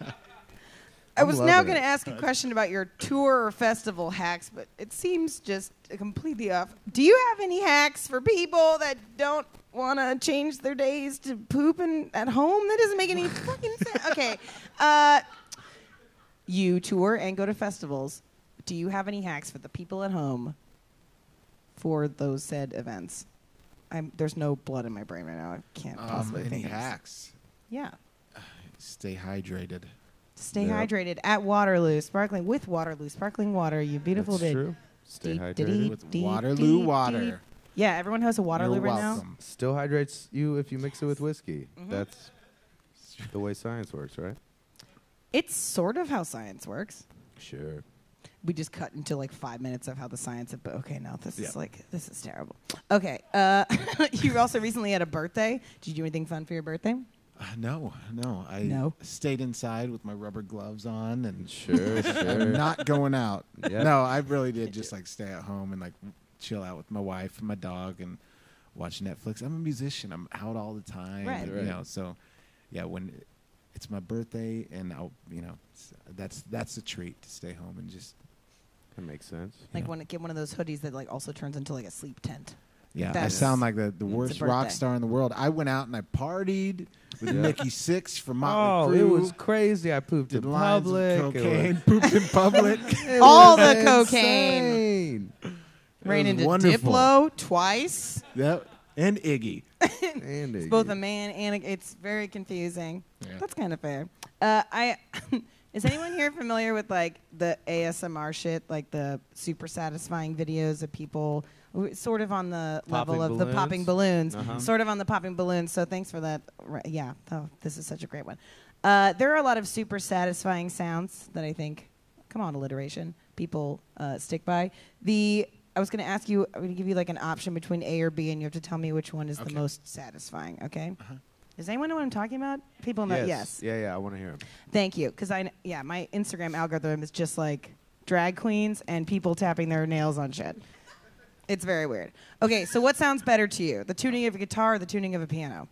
Speaker 2: I
Speaker 3: I'm
Speaker 2: was now
Speaker 3: loving
Speaker 2: going
Speaker 3: it.
Speaker 2: to ask a question about your tour or festival hacks, but it seems just completely off. Do you have any hacks for people that don't want to change their days to pooping at home? That doesn't make any fucking sense. Okay. Uh, you tour and go to festivals. Do you have any hacks for the people at home for those said events? I'm, there's no blood in my brain right now. I can't
Speaker 4: um,
Speaker 2: possibly
Speaker 4: any
Speaker 2: think. of-
Speaker 4: hacks?
Speaker 2: Yeah.
Speaker 4: Stay hydrated.
Speaker 2: Stay
Speaker 3: Yep.
Speaker 2: hydrated at Waterloo, sparkling with Waterloo, sparkling water. You beautiful
Speaker 3: That's
Speaker 2: day.
Speaker 3: true. Stay
Speaker 2: Dee-
Speaker 3: hydrated.
Speaker 2: diddy.
Speaker 4: With
Speaker 2: Dee-
Speaker 4: Waterloo
Speaker 2: dee- dee.
Speaker 4: water.
Speaker 2: Yeah, everyone has a Waterloo
Speaker 4: You're
Speaker 2: right
Speaker 4: welcome.
Speaker 3: Still hydrates you if you mix it with whiskey.
Speaker 2: Mm-hmm.
Speaker 3: That's the way science works, right?
Speaker 2: now. It's sort of how science works.
Speaker 3: Sure.
Speaker 2: We just cut into like five minutes of how the science of. but Okay, no, this
Speaker 4: Yeah.
Speaker 2: is like this is terrible. Okay, uh, you also recently had a birthday. Did you do anything fun for your birthday?
Speaker 4: Uh, no, no. I
Speaker 2: No.
Speaker 4: stayed inside with my rubber gloves on and
Speaker 3: Sure.
Speaker 4: I'm
Speaker 3: sure.
Speaker 4: not going out.
Speaker 3: Yeah.
Speaker 4: No, I really did just like stay at home and like chill out with my wife and my dog and watch Netflix. I'm a musician. I'm out all the time.
Speaker 2: Right.
Speaker 4: You
Speaker 3: Right.
Speaker 4: know, so yeah, when it's my birthday and I'll, you know, s- that's that's a treat to stay home and just
Speaker 3: That makes sense.
Speaker 2: Like
Speaker 4: Yeah.
Speaker 2: one, get one of those hoodies that like also turns into like a sleep tent.
Speaker 4: yeah. I
Speaker 2: That's-
Speaker 4: sound like the, the worst rock
Speaker 2: birthday.
Speaker 4: star in the world. I went out and I partied with
Speaker 3: Yeah.
Speaker 4: Mickey Six from
Speaker 3: oh,
Speaker 4: Motley
Speaker 3: it
Speaker 4: Crue.
Speaker 3: was crazy. I pooped
Speaker 4: did
Speaker 3: in
Speaker 4: lines of
Speaker 3: public.
Speaker 4: cocaine, pooped in public.
Speaker 3: It was,
Speaker 2: All
Speaker 3: it was
Speaker 2: the cocaine.
Speaker 3: insane.
Speaker 2: Ran
Speaker 4: was
Speaker 2: into
Speaker 4: wonderful.
Speaker 2: Diplo twice.
Speaker 4: yep. And Iggy.
Speaker 3: And
Speaker 2: It's both a man and a, it's very confusing.
Speaker 4: Yeah.
Speaker 2: That's kind of fair. Uh, I is anyone here familiar with like the ASMR shit, like the super satisfying videos of people w- sort of on the level
Speaker 3: Popping
Speaker 2: of the popping balloons,
Speaker 3: Uh-huh.
Speaker 2: sort of on the popping balloons. So thanks for that. Ri- Yeah, oh, this is such a great one. Uh, there are a lot of super satisfying sounds that I think, come on, alliteration, people uh, stick by. The I was going to ask you, I'm going to give you like an option between A or B, and you have to tell me which one is
Speaker 4: Okay.
Speaker 2: the most satisfying. Okay. Does anyone know what I'm talking about? People know.
Speaker 3: Uh-huh. yes.
Speaker 2: yes.
Speaker 3: Yeah, yeah. I want to hear him.
Speaker 2: Thank you, because I kn- yeah, my Instagram algorithm is just like drag queens and people tapping their nails on shit. It's very weird. Okay, so what sounds better to you, the tuning of a guitar or the tuning of a piano?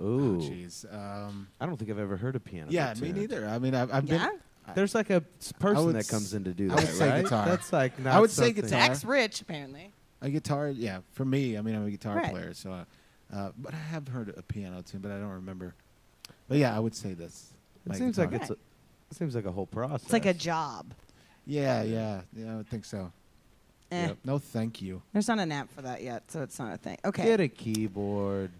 Speaker 3: Ooh.
Speaker 4: Jeez. Um,
Speaker 3: I don't think I've ever heard a piano.
Speaker 4: Oh, yeah,
Speaker 3: tuned.
Speaker 4: me neither. I mean, I've, I've
Speaker 2: yeah,
Speaker 4: been.
Speaker 3: There's like a s- person
Speaker 4: would
Speaker 3: that
Speaker 4: s-
Speaker 3: comes in to do
Speaker 4: I
Speaker 3: that,
Speaker 4: would say
Speaker 3: right?
Speaker 4: guitar.
Speaker 3: That's like not
Speaker 4: would say
Speaker 3: something-
Speaker 4: guitar.
Speaker 2: Zach's rich apparently.
Speaker 4: A guitar, yeah. For me, I mean, I'm a guitar
Speaker 2: Right.
Speaker 4: player, so. Uh, uh, but I have heard a piano tune, but I don't remember. But yeah, I would say this.
Speaker 3: It
Speaker 4: my
Speaker 3: seems
Speaker 4: guitar.
Speaker 3: like it's. A, it seems like a whole process.
Speaker 2: It's like a job.
Speaker 4: Yeah, yeah, yeah. I would think so.
Speaker 2: Eh,
Speaker 3: Yep.
Speaker 4: No, thank you.
Speaker 2: There's not an app for that yet, so it's not a thing. Okay.
Speaker 3: Get a keyboard.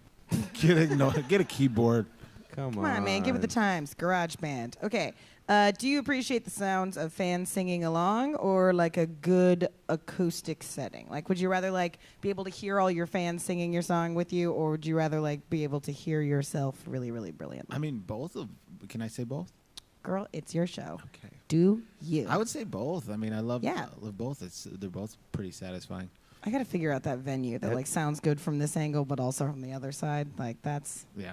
Speaker 4: Get a, no, get a keyboard.
Speaker 3: Come,
Speaker 2: Come on, man. Give it the times. Garage band. Okay. Uh, do you appreciate the sounds of fans singing along or like a good acoustic setting? Like, would you rather like be able to hear all your fans singing your song with you, or would you rather like be able to hear yourself really, really brilliant?
Speaker 4: I mean, both of. Can I say both?
Speaker 2: Girl, it's your show.
Speaker 4: Okay.
Speaker 2: Do you?
Speaker 4: I would say both. I mean, I love.
Speaker 2: Yeah.
Speaker 4: I love both. It's they're both pretty satisfying.
Speaker 2: I gotta figure out that venue that
Speaker 3: That-
Speaker 2: like sounds good from this angle, but also from the other side. Like that's
Speaker 4: Yeah.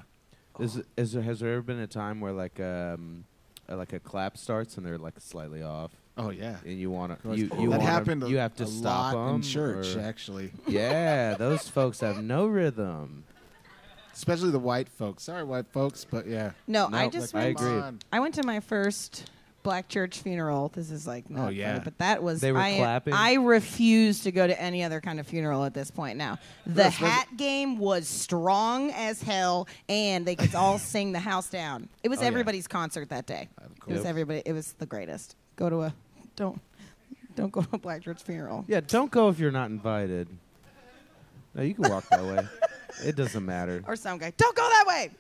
Speaker 3: Is, is there, has there ever been a time where like um uh, like a clap starts and they're like slightly off,
Speaker 4: Oh yeah.
Speaker 3: and you want to
Speaker 4: course.
Speaker 3: Uh, you, you
Speaker 4: that
Speaker 3: wanna,
Speaker 4: happened. A,
Speaker 3: you have to
Speaker 4: a
Speaker 3: stop
Speaker 4: lot
Speaker 3: 'em,
Speaker 4: in church,
Speaker 3: or-
Speaker 4: actually,
Speaker 3: yeah, those folks have no rhythm.
Speaker 4: especially the white folks. Sorry, white folks, but yeah.
Speaker 2: no. I
Speaker 3: No,
Speaker 2: just
Speaker 3: I
Speaker 2: went-
Speaker 3: agree.
Speaker 4: on.
Speaker 2: I went to my first black church funeral. This is like not
Speaker 4: Oh, yeah.
Speaker 2: funny, but that was
Speaker 3: They were
Speaker 2: I,
Speaker 3: clapping?
Speaker 2: I refuse to go to any other kind of funeral at this point now. The
Speaker 4: Yes, was
Speaker 2: hat game was strong as hell and they could all sing the house down. It was
Speaker 4: Oh, yeah.
Speaker 2: everybody's concert that day.
Speaker 4: Of
Speaker 2: It was
Speaker 4: course.
Speaker 2: everybody it was the greatest. Go to a don't don't go to a black church funeral.
Speaker 3: Yeah, don't go if you're not invited. No, you can walk that way. It doesn't matter.
Speaker 2: or sound guy. Don't go that way.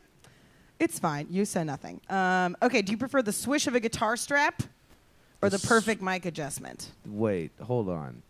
Speaker 2: It's fine. You said nothing. Um, okay. Do you prefer the swish of a guitar strap or the
Speaker 3: The s-
Speaker 2: perfect mic adjustment?
Speaker 3: Wait, hold on.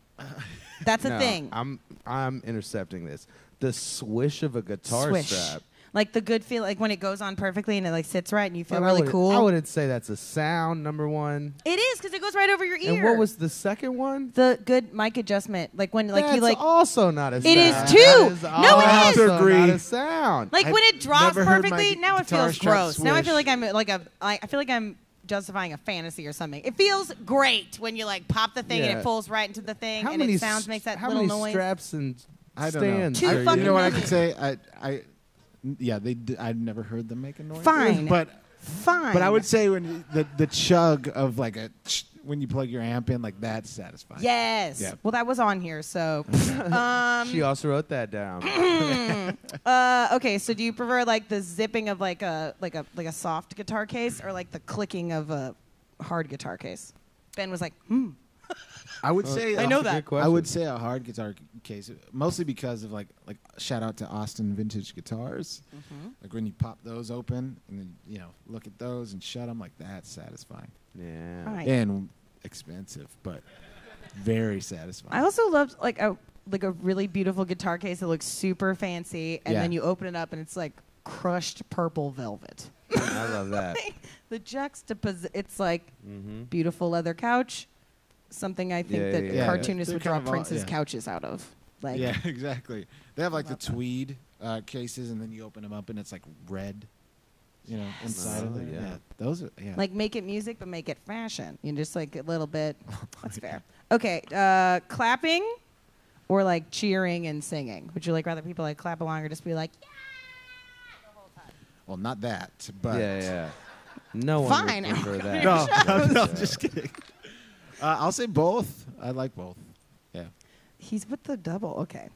Speaker 2: That's a
Speaker 3: no,
Speaker 2: thing.
Speaker 3: I'm I'm intercepting this. The swish of a guitar
Speaker 2: swish.
Speaker 3: strap.
Speaker 2: Like the good feel, like when it goes on perfectly and it like sits right and you feel
Speaker 3: But I
Speaker 2: really
Speaker 3: would-
Speaker 2: cool.
Speaker 3: I wouldn't say that's a sound number one.
Speaker 2: It is because it goes right over your ear.
Speaker 3: And what was the second one?
Speaker 2: the good mic adjustment? Like when like
Speaker 3: that's
Speaker 2: you like
Speaker 3: also not a sound.
Speaker 2: is
Speaker 3: That
Speaker 2: too. No, it
Speaker 3: also
Speaker 2: is.
Speaker 3: not
Speaker 4: Agree.
Speaker 3: a sound.
Speaker 2: like when
Speaker 4: I've
Speaker 2: it drops
Speaker 4: never heard my
Speaker 2: perfectly.
Speaker 4: gu-
Speaker 2: Now it
Speaker 4: guitar
Speaker 2: feels
Speaker 4: strap
Speaker 2: gross. Now I feel
Speaker 4: swish.
Speaker 2: like I'm like a I, I feel like I'm justifying a fantasy or something. It feels great when you like pop the thing and
Speaker 3: Yeah.
Speaker 2: it falls right into the thing
Speaker 3: how
Speaker 2: and
Speaker 3: many
Speaker 2: it sounds
Speaker 3: s-
Speaker 2: makes that
Speaker 3: how
Speaker 2: little
Speaker 3: many
Speaker 2: noise.
Speaker 3: straps and
Speaker 4: I don't
Speaker 3: stands?
Speaker 2: Two
Speaker 4: know.
Speaker 3: are
Speaker 4: I-
Speaker 3: you-
Speaker 4: you
Speaker 2: fucking
Speaker 4: know what I
Speaker 2: million.
Speaker 4: could say? I, I, yeah, they. D- I've never heard them make a noise.
Speaker 2: Fine.
Speaker 4: but
Speaker 2: Fine.
Speaker 4: but I would say when you- the the chug of like a ch- when you plug your amp in like that's satisfying.
Speaker 2: Yes.
Speaker 4: Yeah.
Speaker 2: Well, that was on here. So,
Speaker 3: Mm. She
Speaker 2: um,
Speaker 3: also wrote that down.
Speaker 2: uh, okay. So, do you prefer like the zipping of like a like a like a soft guitar case, or like the clicking of a hard guitar case? Ben was like, hmm.
Speaker 4: I would say
Speaker 2: I
Speaker 4: uh,
Speaker 2: know
Speaker 3: That's a
Speaker 2: that.
Speaker 3: good
Speaker 4: I would
Speaker 3: question.
Speaker 4: say a hard guitar c- case, mostly because of like like shout out to Austin Vintage Guitars.
Speaker 2: Mm-hmm.
Speaker 4: Like when you pop those open and then you know look at those and shut them, like that's satisfying
Speaker 3: Yeah.
Speaker 2: All right.
Speaker 4: and expensive, but very satisfying.
Speaker 2: I also loved like a like a really beautiful guitar case that looks super fancy, and
Speaker 4: Yeah.
Speaker 2: then you open it up and it's like crushed purple velvet.
Speaker 3: I love that.
Speaker 2: the juxtapos. It's like
Speaker 3: hmm
Speaker 2: beautiful leather couch, something I think
Speaker 3: Yeah,
Speaker 2: that
Speaker 3: yeah,
Speaker 4: yeah.
Speaker 2: cartoonists
Speaker 4: They're
Speaker 2: would
Speaker 4: kind
Speaker 2: draw
Speaker 4: of all-
Speaker 2: Prince's
Speaker 4: yeah.
Speaker 2: couches out of. Like,
Speaker 4: yeah, exactly. They have like the tweed uh, cases, and then you open them up, and it's like red, you know, inside of
Speaker 3: Oh,
Speaker 4: it.
Speaker 3: yeah.
Speaker 4: Yeah. those are yeah.
Speaker 2: Like make it music, but make it fashion. You know, just like a little bit. That's fair. Okay, uh, clapping, or like cheering and singing. Would you like rather people like clap along or just be like,
Speaker 4: well, not that, but
Speaker 3: yeah, yeah. No one
Speaker 2: Fine,
Speaker 3: would
Speaker 2: I'm
Speaker 3: prefer that.
Speaker 4: no, no, I'm just kidding. Uh, I'll say both. I like both. Yeah.
Speaker 2: "He's with the double." Okay.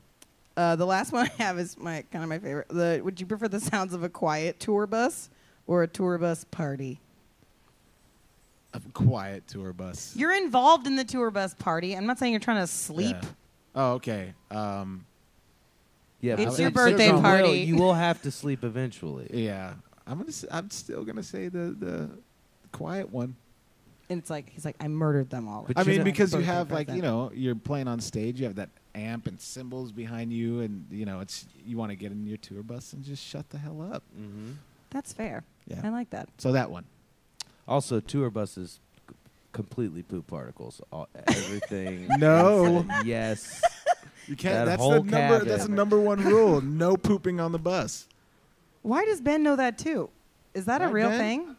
Speaker 2: Uh, the last one I have is my kind of my favorite. The would you prefer the sounds of a quiet tour bus or a tour bus party?
Speaker 4: A quiet tour bus.
Speaker 2: You're involved in the tour bus party. I'm not saying you're trying to sleep.
Speaker 4: Yeah. Oh, okay. Um,
Speaker 3: Yeah,
Speaker 2: It's
Speaker 3: but
Speaker 2: your
Speaker 3: you
Speaker 2: birthday
Speaker 3: will-
Speaker 2: party.
Speaker 3: You will have to sleep eventually.
Speaker 4: yeah. I'm gonna. s I'm still gonna say the the quiet one.
Speaker 2: And it's like he's like, I murdered them all.
Speaker 3: But
Speaker 4: I
Speaker 3: you
Speaker 4: mean,
Speaker 3: know-
Speaker 4: because you
Speaker 2: Birthday
Speaker 4: have like you
Speaker 2: present.
Speaker 4: know you're playing on stage, you have that amp and cymbals behind you, and you know it's you want to get in your tour bus and just shut the hell up.
Speaker 3: hmm
Speaker 2: That's fair.
Speaker 4: Yeah.
Speaker 2: I like that.
Speaker 4: So that one.
Speaker 3: Also, tour buses c- completely poop particles. All, everything.
Speaker 4: No.
Speaker 3: is a yes.
Speaker 4: You
Speaker 3: That whole cabin.
Speaker 4: number one rule. No pooping on the bus.
Speaker 2: Why does Ben know that too? Is that a
Speaker 4: Right,
Speaker 2: real
Speaker 4: Ben?
Speaker 2: thing?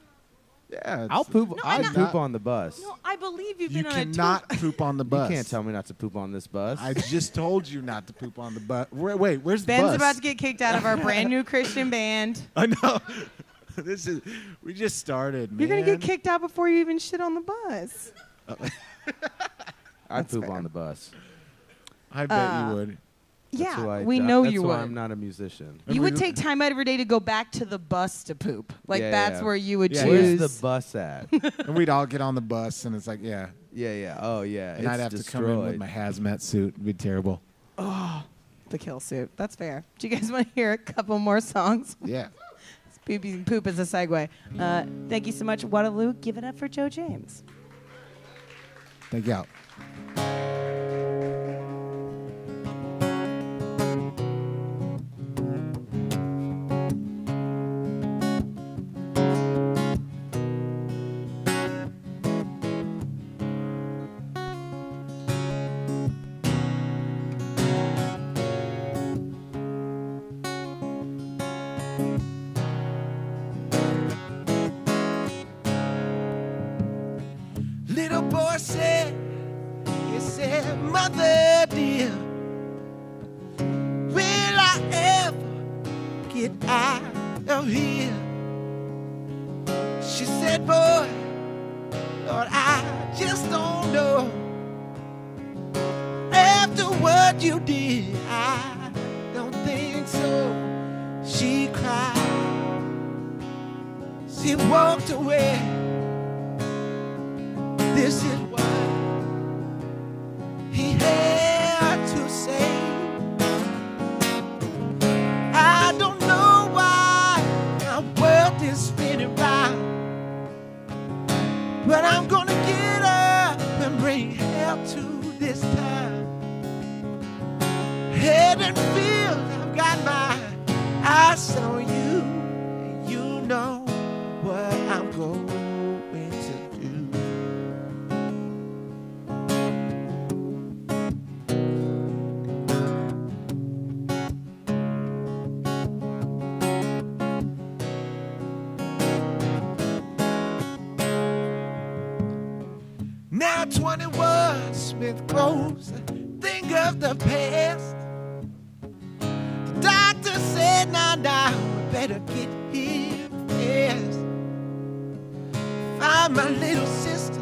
Speaker 4: Yeah.
Speaker 3: I'll
Speaker 4: it's-
Speaker 3: poop.
Speaker 2: I'm
Speaker 3: I
Speaker 2: not-
Speaker 3: poop on the bus.
Speaker 2: No, I believe you've
Speaker 4: You
Speaker 2: been on
Speaker 4: cannot poop on the
Speaker 3: you
Speaker 4: bus.
Speaker 3: can't tell me not to poop on this bus.
Speaker 4: I just told you not to poop on the bus. Wait, wait where's
Speaker 2: a tour. Ben's
Speaker 4: the bus?
Speaker 2: about to get kicked out of our brand new Christian band.
Speaker 4: I know. this is. We just started.
Speaker 2: You're gonna
Speaker 4: man.
Speaker 2: get kicked out before you even shit on the bus.
Speaker 3: I
Speaker 2: That's
Speaker 3: poop
Speaker 2: fair.
Speaker 3: on the bus.
Speaker 4: I bet
Speaker 2: Uh,
Speaker 4: you would.
Speaker 3: That's who
Speaker 2: yeah,
Speaker 3: I
Speaker 2: we
Speaker 3: do-
Speaker 2: know
Speaker 3: that's
Speaker 2: you
Speaker 3: why
Speaker 2: would.
Speaker 3: I'm not a musician.
Speaker 2: you would take time out of your day to go back to the bus to poop. Like
Speaker 3: Yeah,
Speaker 2: that's
Speaker 3: yeah.
Speaker 2: where you would
Speaker 4: Yeah,
Speaker 3: Where's
Speaker 2: choose.
Speaker 3: the bus at?
Speaker 4: and we'd all get on the bus, and it's like, yeah.
Speaker 3: yeah, yeah. Oh, yeah.
Speaker 4: And I'd
Speaker 3: it's
Speaker 4: have
Speaker 3: destroyed.
Speaker 4: to come in with my hazmat suit. It'd be terrible.
Speaker 2: the kill suit. That's fair. Do you guys want to hear a couple more songs?
Speaker 4: Yeah.
Speaker 2: Poop, poop is a segue. Uh, thank you so much, Waterloo. Give it up for Joe James.
Speaker 4: Thank you.
Speaker 5: Little boy said, he said, Mother dear, will I ever get out of here? She said, Boy, Lord, I just don't know. After what you did, I don't think so. She cried. She walked away. This is what he had to say. I don't know why my world is spinning round, but I'm gonna get up and bring hell to this town. Head and field, I've got my eyes on you, and you know what I'm going to do. Now 21 Smith closed. Think of the past. The doctor said, now, now, I better get here fast. Find my little sister.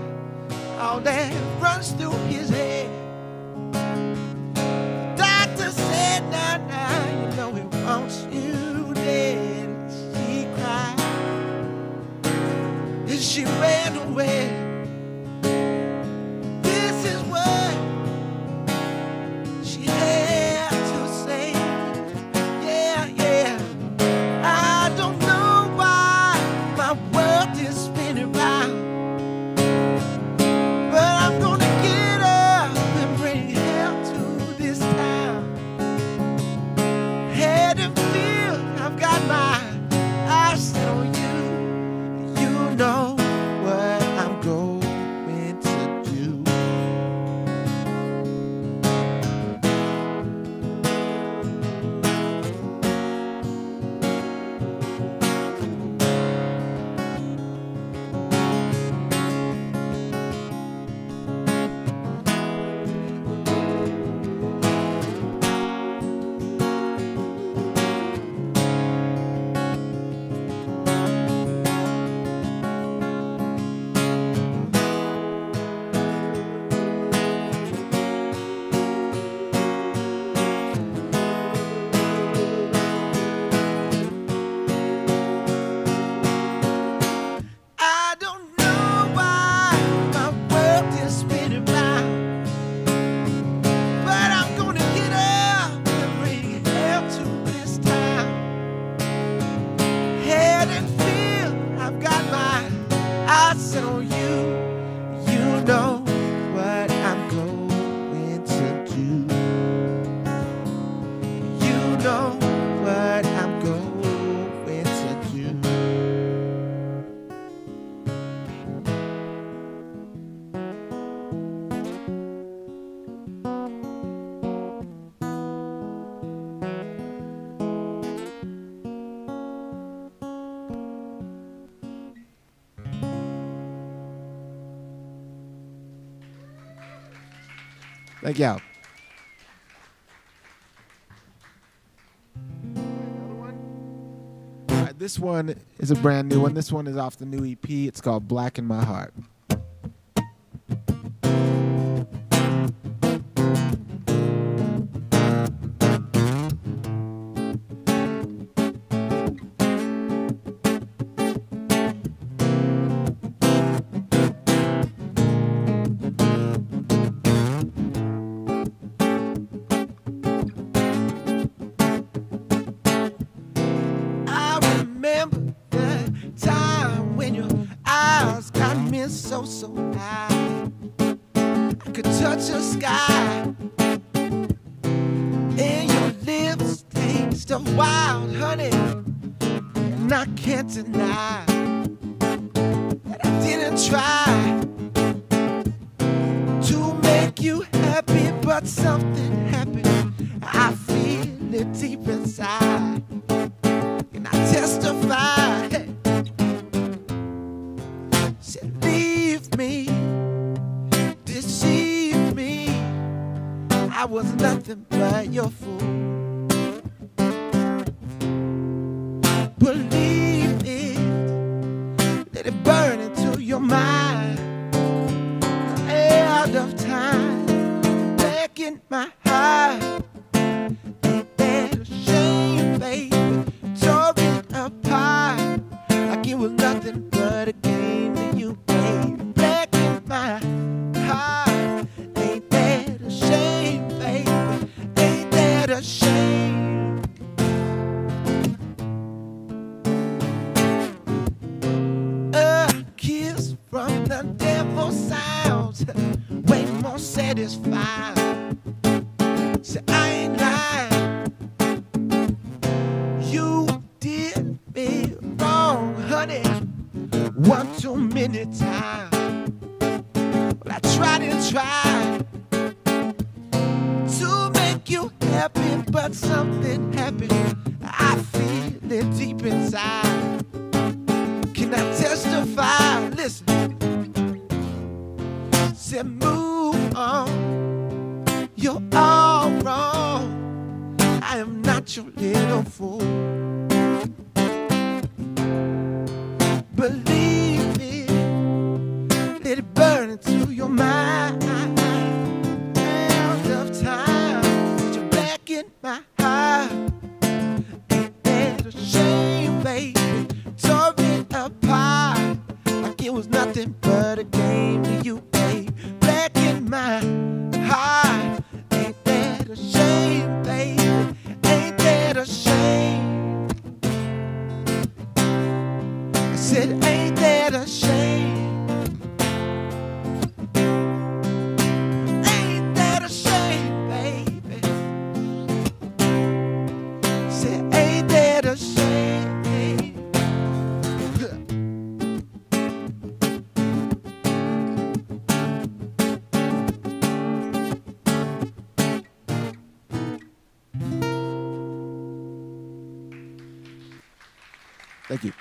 Speaker 5: All that runs through his head. The doctor said, now, now, you know he wants you dead. She cried. And she ran away. This is what she had to say. Yeah, yeah. I don't know why my world is spinning round, but I'm gonna get up and bring hell to this town. Head and field, I've got my eyes on you. You know what I'm going to do. I don't know why my world is spinning round, but I'm gonna get up and bring hell to this town. Head and feel, I've got my eyes on you. You know what I'm going to do. You know what I'm going to do.
Speaker 4: Thank you. All right, This one is a brand new one. This one is off the new EP. It's called Black in My Heart.
Speaker 5: so, so high. I could touch the sky. And your lips taste of wild honey. And I can't deny that I didn't try to make you happy, but something happened. I feel it deep inside. And I testify. Said, leave me, deceive me. I was nothing but your fool. Believe it, let it burn into your mind. Out of time, back in my heart. Ain't that a shame, baby? Tore it apart like it was nothing but a game that you played. Black in my heart, ain't that a shame, baby? Ain't that a shame? A kiss from the devil sounds way more satisfying. So I ain't lying. You did me wrong, honey. One too many times. Well, I tried and tried to make you happy, but something happened. I feel it deep inside. Can I testify? Listen. Said move on. You're all wrong. I am not your little fool. Believe me, let it burn into your mind. Out of time, put you back in my heart. Ain't that a shame, baby? Tore it apart like it was nothing but a game that you played. Back in my heart, ain't that a shame, baby? Ain't that a shame? I said, ain't that a shame? Ain't that a shame, baby? Said, ain't that a shame? baby?
Speaker 4: Thank you.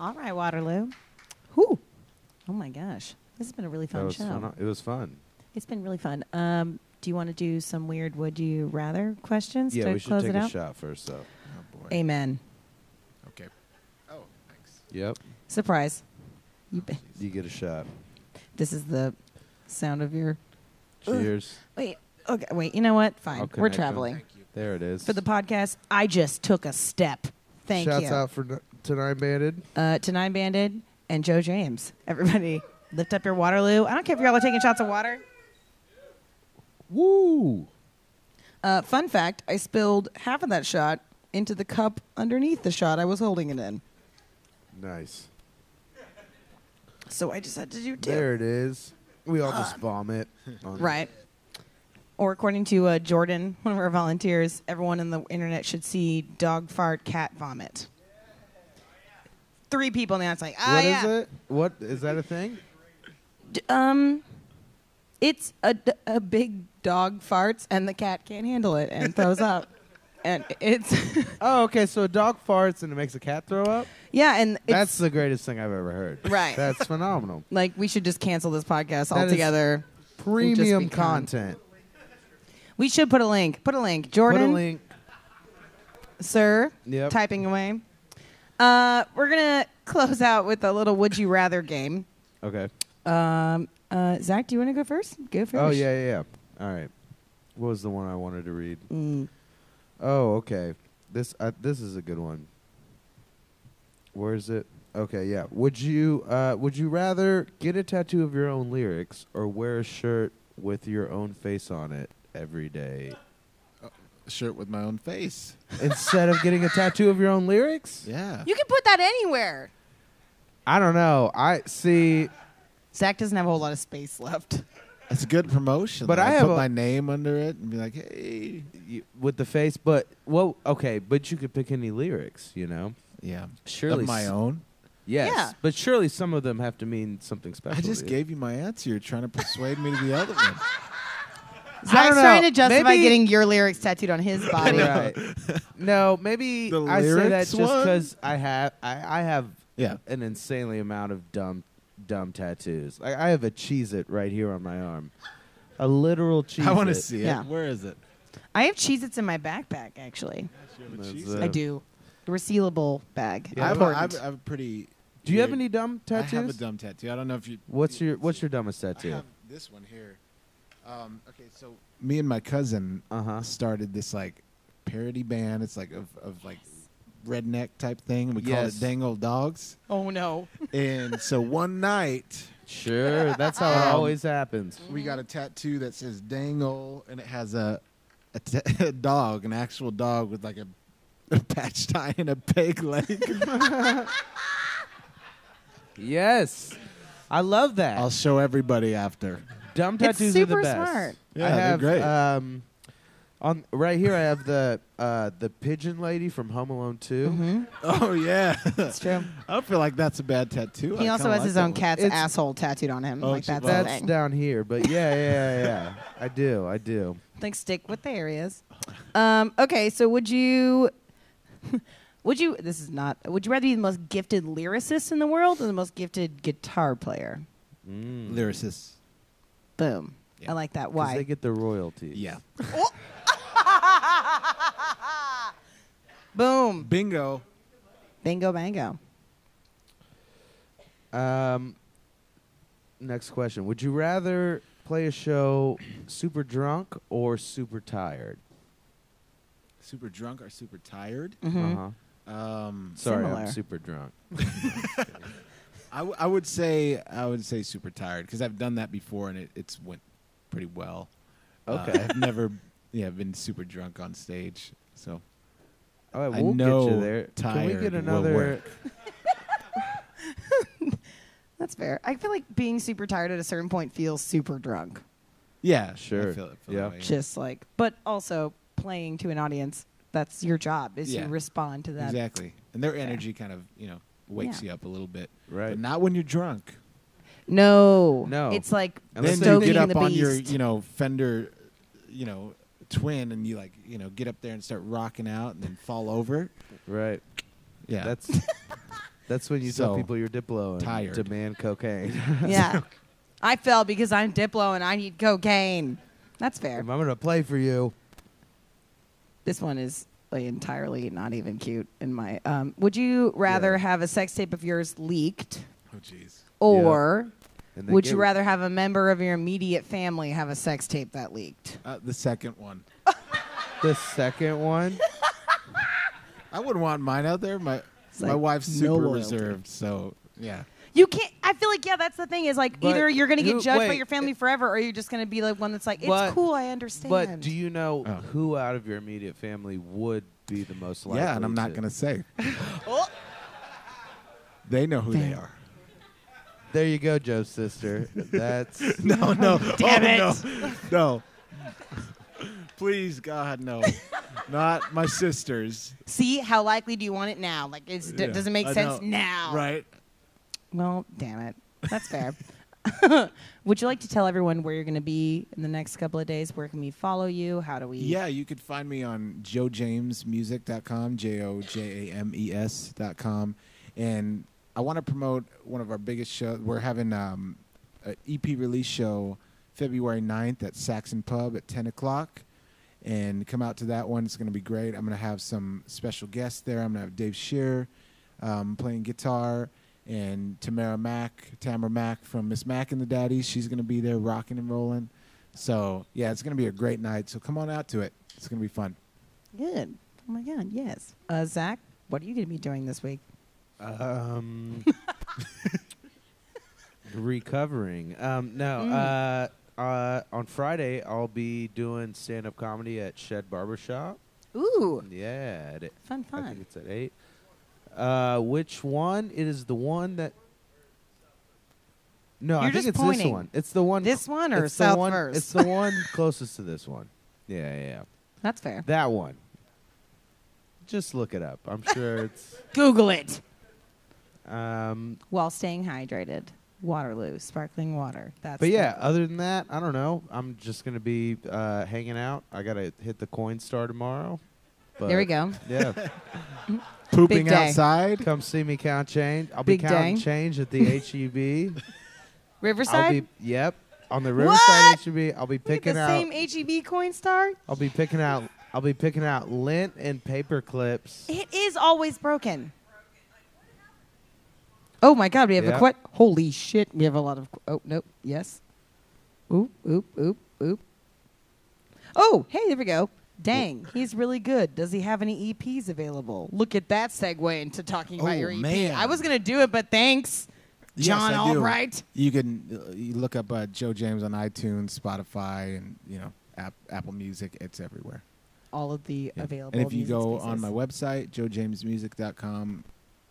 Speaker 2: All right, Waterloo. Whew. Oh my gosh. This has been a really
Speaker 3: That
Speaker 2: fun
Speaker 3: was
Speaker 2: show.
Speaker 3: fun. It was fun.
Speaker 2: It's been really fun. Um, do you want to do some weird would you rather questions
Speaker 3: Yeah,
Speaker 2: to
Speaker 3: we should
Speaker 2: close
Speaker 3: take
Speaker 2: it
Speaker 3: a
Speaker 2: out?
Speaker 3: shot first, though.
Speaker 4: Oh boy.
Speaker 2: Amen.
Speaker 4: Okay. Oh, thanks.
Speaker 3: Yep.
Speaker 2: Surprise. You be-
Speaker 3: You get a shot.
Speaker 2: this is the sound of your
Speaker 3: Cheers.
Speaker 2: Wait. Okay, wait. You know what? Fine.
Speaker 3: I'll
Speaker 2: We're
Speaker 3: connect 'em.
Speaker 2: traveling.
Speaker 4: Thank you.
Speaker 3: There it is.
Speaker 2: For the podcast, I just took a step. Thank
Speaker 3: Shouts
Speaker 2: you.
Speaker 3: out for n- tonight, banded.
Speaker 2: uh, to Nine Banded and Joe James. Everybody, lift up your Waterloo. I don't care if y'all are taking shots of water.
Speaker 3: Woo!
Speaker 2: Uh, fun fact I spilled half of that shot into the cup underneath the shot I was holding it in.
Speaker 3: Nice.
Speaker 2: So I just had to do two. Ah.
Speaker 3: There it is. We all just vomit. on-
Speaker 2: Right. Or according to uh, Jordan, one of our volunteers, everyone on the internet should see dog fart, cat vomit. Three people now. It's like, ah,
Speaker 3: What is
Speaker 2: yeah.
Speaker 3: it? What is that a thing?
Speaker 2: D- um, it's a, d- a big dog farts and the cat can't handle it and throws up. And it's
Speaker 3: Oh, okay. So a dog farts and it makes a cat throw up.
Speaker 2: yeah, and it's
Speaker 3: That's the greatest thing I've ever heard.
Speaker 2: Right.
Speaker 3: That's phenomenal.
Speaker 2: like we should just cancel this podcast
Speaker 3: That is-
Speaker 2: altogether. just
Speaker 3: Premium
Speaker 2: become-
Speaker 3: content.
Speaker 2: We should put a link. Put a link,
Speaker 3: Put
Speaker 2: Jordan,
Speaker 3: a link.
Speaker 2: sir.
Speaker 3: Yep.
Speaker 2: Typing away. Uh, we're gonna close out with a little would you rather game.
Speaker 3: Okay.
Speaker 2: Um, uh, Zach, do you want to go first? Go first.
Speaker 3: Oh yeah, yeah, yeah. All right. What was the one I wanted to read?
Speaker 2: Mm.
Speaker 3: Oh, okay. This uh, this is a good one. Where is it? Okay, yeah. Would you uh, would you rather get a tattoo of your own lyrics or wear a shirt with your own face on it every day
Speaker 4: A shirt with my own face.
Speaker 3: instead of getting a tattoo of your own lyrics?
Speaker 4: Yeah.
Speaker 2: You can put that anywhere.
Speaker 3: I don't know. I see.
Speaker 2: Zach doesn't have a whole lot of space left.
Speaker 4: It's a good promotion.
Speaker 3: But
Speaker 4: though.
Speaker 3: I have
Speaker 4: put
Speaker 3: a-
Speaker 4: my name under it and be like, hey,
Speaker 3: you, with the face, but well, okay, but you could pick any lyrics, you know.
Speaker 4: yeah,
Speaker 3: Surely
Speaker 4: of my
Speaker 3: s-
Speaker 4: own.
Speaker 3: Yes,
Speaker 2: Yeah.
Speaker 3: but surely some of them have to mean something special.
Speaker 4: I just
Speaker 3: to you.
Speaker 4: gave you my answer. You're trying to persuade me to the other one.
Speaker 2: Zach's
Speaker 3: know.
Speaker 2: trying to justify
Speaker 3: Maybe-
Speaker 2: getting your lyrics tattooed on his body.
Speaker 3: Right. no, maybe
Speaker 4: The
Speaker 3: I say that
Speaker 4: lyrics
Speaker 3: just
Speaker 4: one?
Speaker 3: because I have I, I have
Speaker 4: Yeah.
Speaker 3: an insanely amount of dumb dumb tattoos. Like I have a cheese it right here on my arm, a literal cheese.
Speaker 4: I want to see it.
Speaker 2: Yeah.
Speaker 4: Where is it?
Speaker 2: I have Cheez Its in my backpack, actually. I do. The resealable bag.
Speaker 3: Yeah,
Speaker 4: I, have a, I,
Speaker 2: Important.
Speaker 4: have, I have a pretty.
Speaker 3: Do you have
Speaker 4: weird-
Speaker 3: any dumb tattoos?
Speaker 4: I have a dumb tattoo. I don't know if you.
Speaker 3: what's
Speaker 4: you-
Speaker 3: your What's your dumbest
Speaker 4: I
Speaker 3: tattoo?
Speaker 4: have this one here. Um, okay, so me and my cousin
Speaker 3: Uh huh.
Speaker 4: started this like parody band. It's like of, of like redneck type thing. We called
Speaker 3: Yes.
Speaker 4: it Dang Old Dogs.
Speaker 2: oh no.
Speaker 4: and so one night
Speaker 3: Sure, that's how it
Speaker 4: Um,
Speaker 3: always happens.
Speaker 4: we got a tattoo that says Dang Old, and it has a a, t- a dog, an actual dog with like a, a patch tie and a peg leg.
Speaker 3: Yes. I love that.
Speaker 4: I'll show everybody after.
Speaker 3: Dumb
Speaker 2: It's
Speaker 3: tattoos are
Speaker 2: super
Speaker 3: the best.
Speaker 2: smart.
Speaker 4: Yeah,
Speaker 3: I
Speaker 4: they're
Speaker 3: have
Speaker 4: great.
Speaker 3: um on right here I have the uh the pigeon lady from Home Alone 2.
Speaker 2: Mm-hmm.
Speaker 4: Oh yeah,
Speaker 2: It's true.
Speaker 4: I don't feel like that's a bad tattoo.
Speaker 2: He
Speaker 4: I
Speaker 2: also
Speaker 4: kinda
Speaker 2: has
Speaker 4: like
Speaker 2: his
Speaker 4: that
Speaker 2: own
Speaker 4: one.
Speaker 2: cat's
Speaker 3: It's-
Speaker 2: asshole tattooed on him.
Speaker 4: Oh,
Speaker 2: like
Speaker 4: she-
Speaker 2: that's the
Speaker 3: That's
Speaker 2: thing.
Speaker 3: down here, but yeah, yeah, yeah, yeah. I do. I do.
Speaker 2: Like stick with the areas. Um, okay, so would you would you this is not would you rather be the most gifted lyricist in the world or the most gifted guitar player?
Speaker 3: Mm.
Speaker 4: Lyricist.
Speaker 2: Boom.
Speaker 4: Yeah.
Speaker 2: I like that.
Speaker 3: 'Cause
Speaker 2: Why?
Speaker 3: they get the royalties.
Speaker 4: Yeah.
Speaker 2: Boom.
Speaker 4: Bingo.
Speaker 2: Bingo bango.
Speaker 3: Um next question. Would you rather play a show super drunk or super tired?
Speaker 4: Super drunk or super tired?
Speaker 2: Mhm.
Speaker 3: Uh-huh.
Speaker 4: Um,
Speaker 3: Sorry, I'm
Speaker 2: Similar.
Speaker 3: super drunk.
Speaker 4: I, w- I would say I would say super tired because I've done that before and it it's went pretty well. Uh,
Speaker 3: Okay.
Speaker 4: I've never yeah been super drunk on stage, so
Speaker 3: All right,
Speaker 4: I
Speaker 3: we'll get you
Speaker 4: know
Speaker 3: there. Can we
Speaker 4: tired
Speaker 3: get
Speaker 4: will
Speaker 3: another?
Speaker 4: work.
Speaker 2: That's fair. I feel like being super tired at a certain point feels super drunk.
Speaker 4: yeah,
Speaker 3: Sure.
Speaker 4: I feel, I feel
Speaker 3: Yeah.
Speaker 4: that way.
Speaker 2: Just like but also playing to an audience, that's your job is
Speaker 4: Yeah.
Speaker 2: you respond to that.
Speaker 4: exactly, and their energy kind of you know wakes
Speaker 2: Yeah.
Speaker 4: you up a little bit,
Speaker 3: Right.
Speaker 4: But not when you're drunk.
Speaker 2: No.
Speaker 3: No.
Speaker 2: It's like
Speaker 3: Unless
Speaker 4: then you
Speaker 2: stoking
Speaker 4: get up
Speaker 2: the
Speaker 4: on
Speaker 2: beast.
Speaker 4: your you know Fender, you know twin, and you like you know get up there and start rocking out and then fall over.
Speaker 3: Right.
Speaker 4: Yeah,
Speaker 3: That's that's when you tell
Speaker 4: So,
Speaker 3: people you're Diplo and
Speaker 4: tired.
Speaker 3: demand cocaine.
Speaker 2: yeah. I fell because I'm Diplo and I need cocaine. That's fair.
Speaker 3: if I'm gonna play for you,
Speaker 2: This one is like, entirely not even cute in my. Um, would you rather
Speaker 3: Yeah.
Speaker 2: have a sex tape of yours leaked,
Speaker 4: oh jeez.
Speaker 2: or
Speaker 3: and they
Speaker 2: would
Speaker 3: get-
Speaker 2: you rather have a member of your immediate family have a sex tape that leaked?
Speaker 4: Uh, the second one.
Speaker 3: the second one?
Speaker 4: I wouldn't want mine out there. My
Speaker 2: It's
Speaker 4: my
Speaker 2: like,
Speaker 4: wife's
Speaker 2: no
Speaker 4: super
Speaker 2: loyalty.
Speaker 4: reserved, so yeah.
Speaker 2: You can't. I feel like yeah, that's the thing. Is like
Speaker 3: But
Speaker 2: either you're gonna get
Speaker 3: who-
Speaker 2: judged by
Speaker 3: wait,
Speaker 2: your family forever, or you're just gonna be like one that's like, it's
Speaker 3: But-
Speaker 2: cool. I understand.
Speaker 3: But do you know
Speaker 4: Oh.
Speaker 3: who out of your immediate family would be the most likely?
Speaker 4: yeah, and I'm not
Speaker 3: to-
Speaker 4: gonna say.
Speaker 2: Oh.
Speaker 4: They know who they are.
Speaker 3: There you go, Joe's sister. That's
Speaker 4: No, no.
Speaker 2: Damn
Speaker 4: oh, No. no. Please, God, no. Not my sisters.
Speaker 2: see how likely do you want it now? Like, it's,
Speaker 4: Yeah,
Speaker 2: does it make
Speaker 4: I
Speaker 2: sense
Speaker 4: know.
Speaker 2: now?
Speaker 4: Right?
Speaker 2: Well, damn it. That's fair. Would you like to tell everyone where you're going to be in the next couple of days? Where can we follow you? How do we?
Speaker 4: Yeah, you could find me on joejamesmusic.com, J O J A M E S.com. And I want to promote one of our biggest shows. We're having um, an EP release show February 9th at Saxon Pub at 10 o'clock. And come out to that one. It's going to be great. I'm going to have some special guests there. I'm going to have Dave Shear um, playing guitar and Tamara Mack, Tamara Mack from Miss Mack and the Daddies. She's going to be there rocking and rolling. So yeah, it's gonna be a great night. So come on out to it. It's gonna be fun.
Speaker 2: Good. Oh my God. Yes. Uh, Zach, what are you going to be doing this week?
Speaker 3: um recovering. Um no,
Speaker 2: Mm.
Speaker 3: uh uh on Friday I'll be doing stand up comedy at Shed Barbershop.
Speaker 2: Ooh,
Speaker 3: Yeah, at
Speaker 2: fun,
Speaker 3: I think
Speaker 2: fun.
Speaker 3: it's at eight. Uh, which one? It is the one that No, I
Speaker 2: You're
Speaker 3: think
Speaker 2: just
Speaker 3: it's this
Speaker 2: pointing.
Speaker 3: one. It's the one.
Speaker 2: This one or
Speaker 3: it's the
Speaker 2: South
Speaker 3: one-
Speaker 2: First?
Speaker 3: It's the one closest to this one. Yeah, yeah, yeah.
Speaker 2: That's fair.
Speaker 3: That one. Just look it up. I'm sure it's.
Speaker 2: Google it.
Speaker 3: Um,
Speaker 2: While staying hydrated. Waterloo, sparkling water. That's
Speaker 3: but
Speaker 2: the-
Speaker 3: yeah, other than that, I don't know. I'm just gonna be uh, hanging out. I gotta hit the coin star tomorrow. But
Speaker 2: There we go.
Speaker 3: Yeah,
Speaker 4: Pooping
Speaker 2: day.
Speaker 4: outside.
Speaker 3: come see me count change. I'll
Speaker 2: Big
Speaker 3: be counting
Speaker 2: day.
Speaker 3: change at the HEB. I'll
Speaker 2: Riverside.
Speaker 3: be yep on the
Speaker 2: What?
Speaker 3: Riverside HEB. I'll be
Speaker 2: We have
Speaker 3: picking
Speaker 2: the
Speaker 3: out.
Speaker 2: same HEB coin star.
Speaker 3: I'll be picking out. I'll be picking out lint and paper clips.
Speaker 2: It is always broken. Oh my God, we have a
Speaker 3: Yeah.
Speaker 2: quite. Holy shit, we have a lot of. qu- Oh, nope, yes. Oop, oop, oop, oop. Oh, hey, there we go. Dang, he's really good. Does he have any EPs available? Look at that segue into talking about
Speaker 4: Oh,
Speaker 2: your EP.
Speaker 4: man.
Speaker 2: I was going to do it, but thanks,
Speaker 4: Yes,
Speaker 2: John
Speaker 4: I do.
Speaker 2: Albright.
Speaker 4: You can uh, you look up uh, Joe James on iTunes, Spotify, and you know app, Apple Music. It's everywhere.
Speaker 2: All of the
Speaker 4: Yeah.
Speaker 2: available.
Speaker 4: And if you
Speaker 2: music
Speaker 4: go
Speaker 2: spaces.
Speaker 4: on my website, joejamesmusic.com,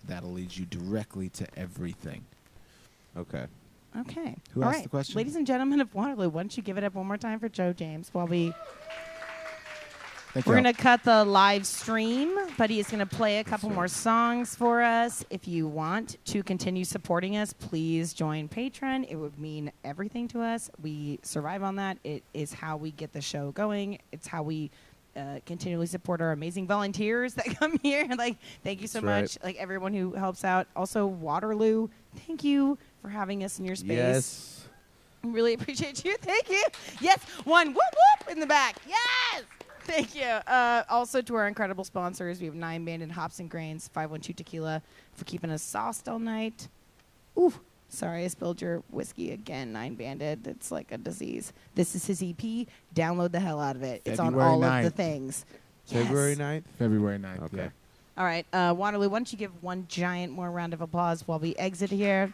Speaker 4: that'll lead you directly to everything.
Speaker 3: Okay.
Speaker 2: Okay.
Speaker 4: Who
Speaker 2: All
Speaker 4: asked
Speaker 2: right.
Speaker 4: the question?
Speaker 2: Ladies and gentlemen of Waterloo, why don't you give it up one more time for Joe James while we.
Speaker 4: Thank
Speaker 2: We're
Speaker 4: you.
Speaker 2: going to cut the live stream, but he is going to play a couple more songs for us. If you want to continue supporting us, please join Patreon. It would mean everything to us. We survive on that. It is how we get the show going, it's how we uh, continually support our amazing volunteers that come here. like, thank you so
Speaker 3: That's right.
Speaker 2: much. Like, everyone who helps out. Also, Waterloo, thank you for having us in your space.
Speaker 3: Yes.
Speaker 2: Really appreciate you. Thank you. Yes, one whoop whoop in the back. Yes. Thank you. Uh, also to our incredible sponsors, we have Nine Band and Hops and Grains, Five One Two Tequila for keeping us sauced all night. Ooh, sorry, I spilled your whiskey again. Nine Banded, it's like a disease. This is his EP. Download the hell out of it. It's on
Speaker 4: February
Speaker 2: all of
Speaker 4: 9th.
Speaker 2: the things.
Speaker 3: February
Speaker 2: Yes.
Speaker 3: 9th?
Speaker 4: February 9th.
Speaker 3: Okay.
Speaker 4: yeah.
Speaker 2: All right, uh, Waterloo, why don't you give one giant more round of applause while we exit here?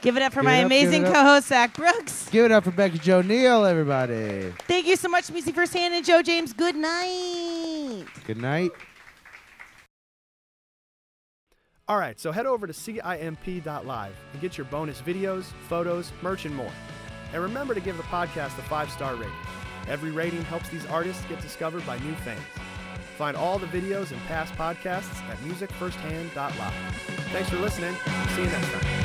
Speaker 2: Give it up for
Speaker 3: Give
Speaker 2: my
Speaker 3: it up, give it
Speaker 2: amazing
Speaker 3: up.
Speaker 2: co-host Zach Brooks.
Speaker 3: Give it up for Becky Joe Neal, everybody.
Speaker 2: Thank you so much, Music First Hand and Joe James. Good night.
Speaker 3: Good night.
Speaker 6: All right, so head over to CIMP.live and get your bonus videos, photos, merch, and more. And remember to give the podcast a five star rating. Every rating helps these artists get discovered by new fans. Find all the videos and past podcasts at musicfirsthand.live. Thanks for listening. See you next time.